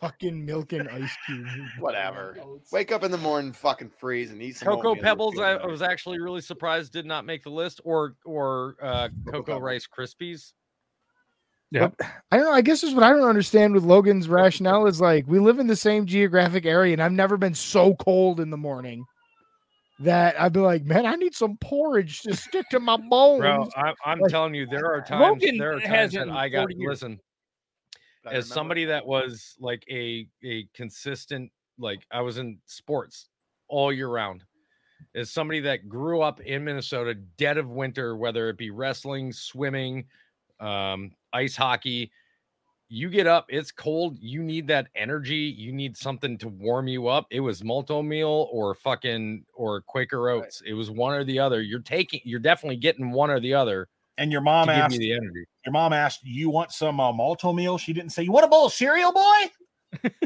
Speaker 2: Fucking milk and ice
Speaker 6: *laughs*
Speaker 2: cube.
Speaker 6: Whatever. Wake up in the morning, fucking freeze, and eat some
Speaker 4: Cocoa
Speaker 6: oatmeal.
Speaker 4: Pebbles, I, I
Speaker 6: Feeling
Speaker 4: was actually really surprised did not make the list, or or uh, Cocoa
Speaker 6: Pebbles.
Speaker 4: Rice Krispies.
Speaker 2: I don't know. I guess this is what I don't understand with Logan's rationale is like we live in the same geographic area, and I've never been so cold in the morning that I've been like, man, I need some porridge to stick to my bones.
Speaker 4: Bro, I'm, I'm
Speaker 2: Like, uh,
Speaker 4: telling you, there are times
Speaker 1: Logan
Speaker 4: there are
Speaker 1: has
Speaker 4: times
Speaker 1: it
Speaker 4: that
Speaker 1: in
Speaker 4: I got
Speaker 1: 40 years.
Speaker 4: listen
Speaker 6: good. I
Speaker 4: as
Speaker 6: remember.
Speaker 4: somebody that was like a a consistent like I was in sports all year round. As somebody that grew up in Minnesota, dead of winter, whether it be wrestling, swimming, um, ice hockey, you get up, it's cold, you need that energy, you need something to warm you up. It was multo meal or fucking or Quaker
Speaker 6: Right.
Speaker 4: oats. It was one or the other. You're taking, you're definitely getting one or the other
Speaker 5: And your mom
Speaker 4: to give
Speaker 5: asked,
Speaker 4: you the energy.
Speaker 5: your mom asked, you want some uh, malto meal? She didn't say, you want a bowl of cereal, boy?
Speaker 6: *laughs*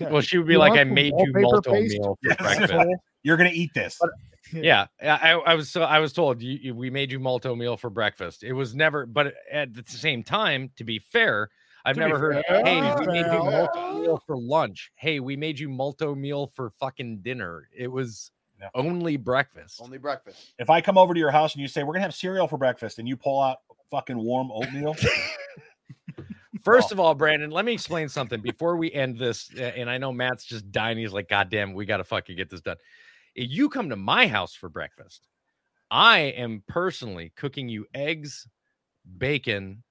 Speaker 4: Well, she would be
Speaker 2: You
Speaker 4: like,
Speaker 2: want
Speaker 4: I
Speaker 2: some
Speaker 4: made you
Speaker 2: wallpaper
Speaker 4: multi
Speaker 2: paste?
Speaker 4: meal for
Speaker 5: Yes.
Speaker 4: breakfast.
Speaker 5: You're going to eat this.
Speaker 1: *laughs*
Speaker 4: yeah, I, I I was so I was told you, you- we made you multo meal for breakfast. It was never, but at the same time, to be fair, I've
Speaker 1: To be
Speaker 4: never heard.
Speaker 1: fair. oh!
Speaker 4: Hey, we made you
Speaker 2: Fair.
Speaker 4: multo meal for lunch. Hey, we made you multo meal for fucking dinner. It was
Speaker 5: No.
Speaker 4: only breakfast.
Speaker 6: only breakfast.
Speaker 5: If I come over to your house and you say, we're going to have cereal for breakfast, and you pull out fucking warm oatmeal,
Speaker 4: First of all, Brandon, let me explain something before we end this. uh, And I know Matt's just dying. He's like, God damn, we got to fucking get this done. If you come to my house for breakfast, I am personally cooking you eggs, bacon,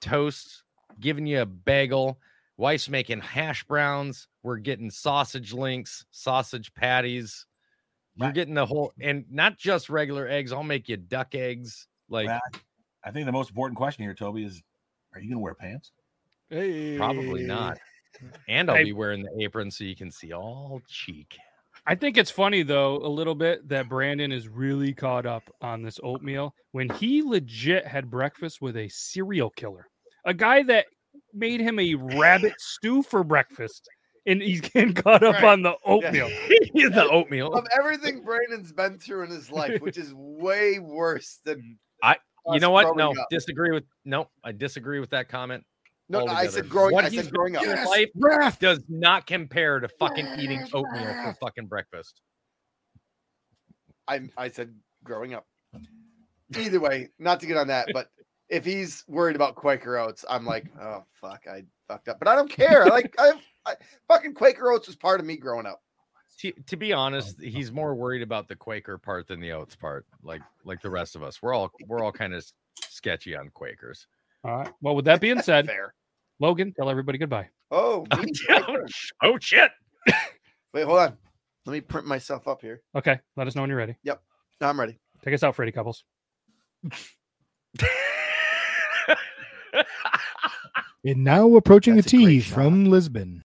Speaker 4: toast, giving you a bagel. Wife's making hash browns. We're getting sausage links, sausage patties. You're
Speaker 5: Right.
Speaker 4: getting the whole, and not just regular eggs. I'll make you duck eggs. Like,
Speaker 5: Right. I think the most important question here, Toby, is are you going to wear pants?
Speaker 4: Probably not. And I'll
Speaker 1: Hey.
Speaker 4: be wearing the apron so you can see all *laughs* cheek.
Speaker 1: I think it's funny though a little bit that Brandon is really caught up on this oatmeal when he legit had breakfast with a serial killer, a guy that made him a rabbit stew for breakfast, and he's getting caught up
Speaker 6: Right.
Speaker 1: on the oatmeal.
Speaker 4: the oatmeal.
Speaker 6: Of everything Brandon's been through in his life, which is way worse than
Speaker 4: *laughs* I- You
Speaker 6: us
Speaker 4: know what? No,
Speaker 6: growing up.
Speaker 4: disagree with no, I disagree with that comment.
Speaker 6: no, no, I
Speaker 4: altogether.
Speaker 6: said growing.
Speaker 4: What
Speaker 6: I
Speaker 4: he's
Speaker 6: said growing up.
Speaker 4: doing in
Speaker 2: Yes,
Speaker 4: Life
Speaker 2: breath.
Speaker 4: does not compare to fucking eating oatmeal for fucking breakfast.
Speaker 6: I I said growing up. Either way, not to get on that, but if he's worried about Quaker Oats, I'm like, oh fuck, I fucked up. But I don't care. I Like I, I fucking Quaker Oats was part of me growing up.
Speaker 4: To, to be honest, he's more worried about the Quaker part than the oats part. Like like the rest of us, we're all we're all kind of sketchy on Quakers.
Speaker 1: All right. Well, with that being said,
Speaker 6: *laughs* Fair.
Speaker 1: Logan, tell everybody goodbye.
Speaker 6: Oh,
Speaker 4: *laughs*
Speaker 6: me, my turn.
Speaker 4: oh shit! *laughs*
Speaker 6: wait, hold on. Let me print myself up here.
Speaker 1: Okay, let us know when you're ready.
Speaker 6: No, I'm ready.
Speaker 1: Take us out, Freddie Couples.
Speaker 2: And now approaching
Speaker 6: That's
Speaker 2: the
Speaker 6: a great
Speaker 2: tea
Speaker 6: shot.
Speaker 2: from Lisbon.